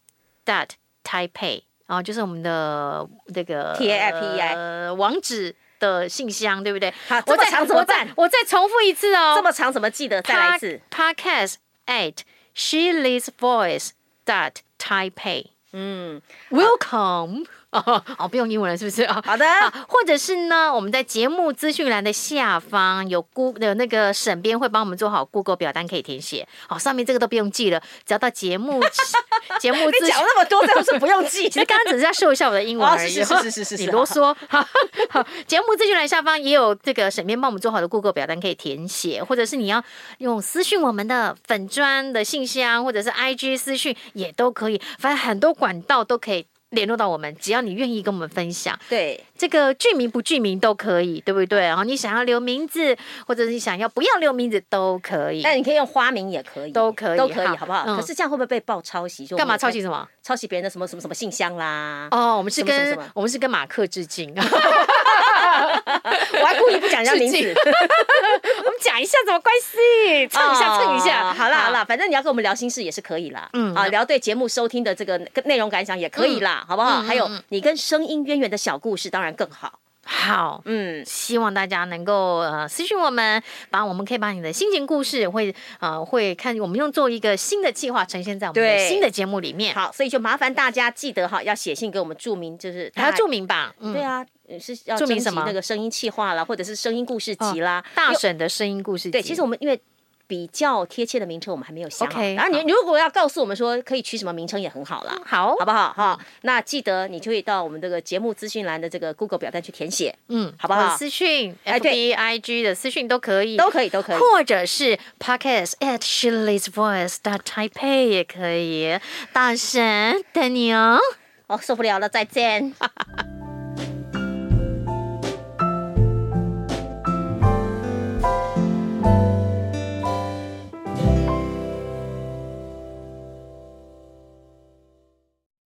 S2: dot Taipei 啊、就是我们的这个
S5: TAIPEI
S2: 呃网址的信箱，对不对？
S5: E 好这
S2: 我
S5: 么
S2: 再
S5: 长怎么
S2: 我再
S5: 办
S2: 我再重复一次哦，
S5: 这么长怎么记得？再来一次。
S2: podcast at Shelley's Voice dot Taipei。
S5: 嗯，
S2: Welcome 哦，哦，不用英文了，是不是啊？
S5: 好的
S2: 啊或者是呢，我们在节目资讯栏的下方有 g 的那个审编会帮我们做好 Google 表单可以填写。好、上面这个都不用记了，只要到节目 节目资
S5: 你
S2: 讯
S5: 讲。那么多，最后是不用记。
S2: 其实刚刚只是在秀一下我的英文而已，
S6: 哦是是是是是是
S2: 你啰嗦。好 好节目资讯栏下方也有这个沈编帮我们做好的 Google 表单可以填写，或者是你要用私讯我们的粉砖的信箱，或者是 IG 私讯也都可以，反正很多管道都可以。联络到我们，只要你愿意跟我们分享，
S4: 对，
S2: 这个剧名不剧名都可以，对不对？然后你想要留名字，或者是你想要不要留名字都可以。
S1: 但你可以用花名也可以，
S2: 嗯都可以
S1: 都可以，
S2: 好
S1: 好不好？
S2: 嗯
S1: 可是这样会不会被爆抄袭？就我们
S2: 干嘛抄袭什么？
S1: 抄袭别人的什么什么什么信箱啦？
S2: 啊哦，我们是
S1: 什么什么
S2: 跟
S1: 什么
S2: 我们是跟马克 致敬，
S1: 我还故意不讲人家 名
S2: 致
S1: 字
S2: 敬，我们讲一下怎么关系，蹭一下蹭一下，
S1: 哦哦好啦好啦，反正你要跟我们聊心事也是可以啦。
S2: 嗯
S1: 啊，聊对节目收听的这个内容感想也可以啦，好不好？
S2: 嗯嗯
S1: 还有你跟声音渊源的小故事，当然更好。
S2: 好。
S1: 嗯，
S2: 希望大家能够呃私信我们，把我们可以把你的心情故事会呃会看，我们用做一个新的计划呈现在我们的
S1: 对
S2: 新的节目里面，
S1: 好，所以就麻烦大家记得哈，要写信给我们注明，就是
S2: 还要注明吧，嗯
S1: 对，啊，呃是要
S2: 注明
S1: 征集
S2: 什么
S1: 那个声音气化啦，或者是声音故事集啦。
S2: 大婶的声音故事集
S1: 对，其实我们因为。比较贴切的名称我们还没有想好
S2: OK，哦
S1: 然后你如果要告诉我们说可以取什么名称也很好啦，
S2: 好
S1: 好，不好？哈，那记得你就可以到我们这个节目资讯栏的这个 Google 表单去填写，
S2: 嗯，
S1: 好不好
S2: 或者私讯
S1: 哎对
S2: F B I G 的私讯都可以，
S1: 都可以，都可以。
S2: 或者是 podcast at Shirley's Voice dot Taipei 也可以。大神等你哦。
S1: 哦，受不了了，再见。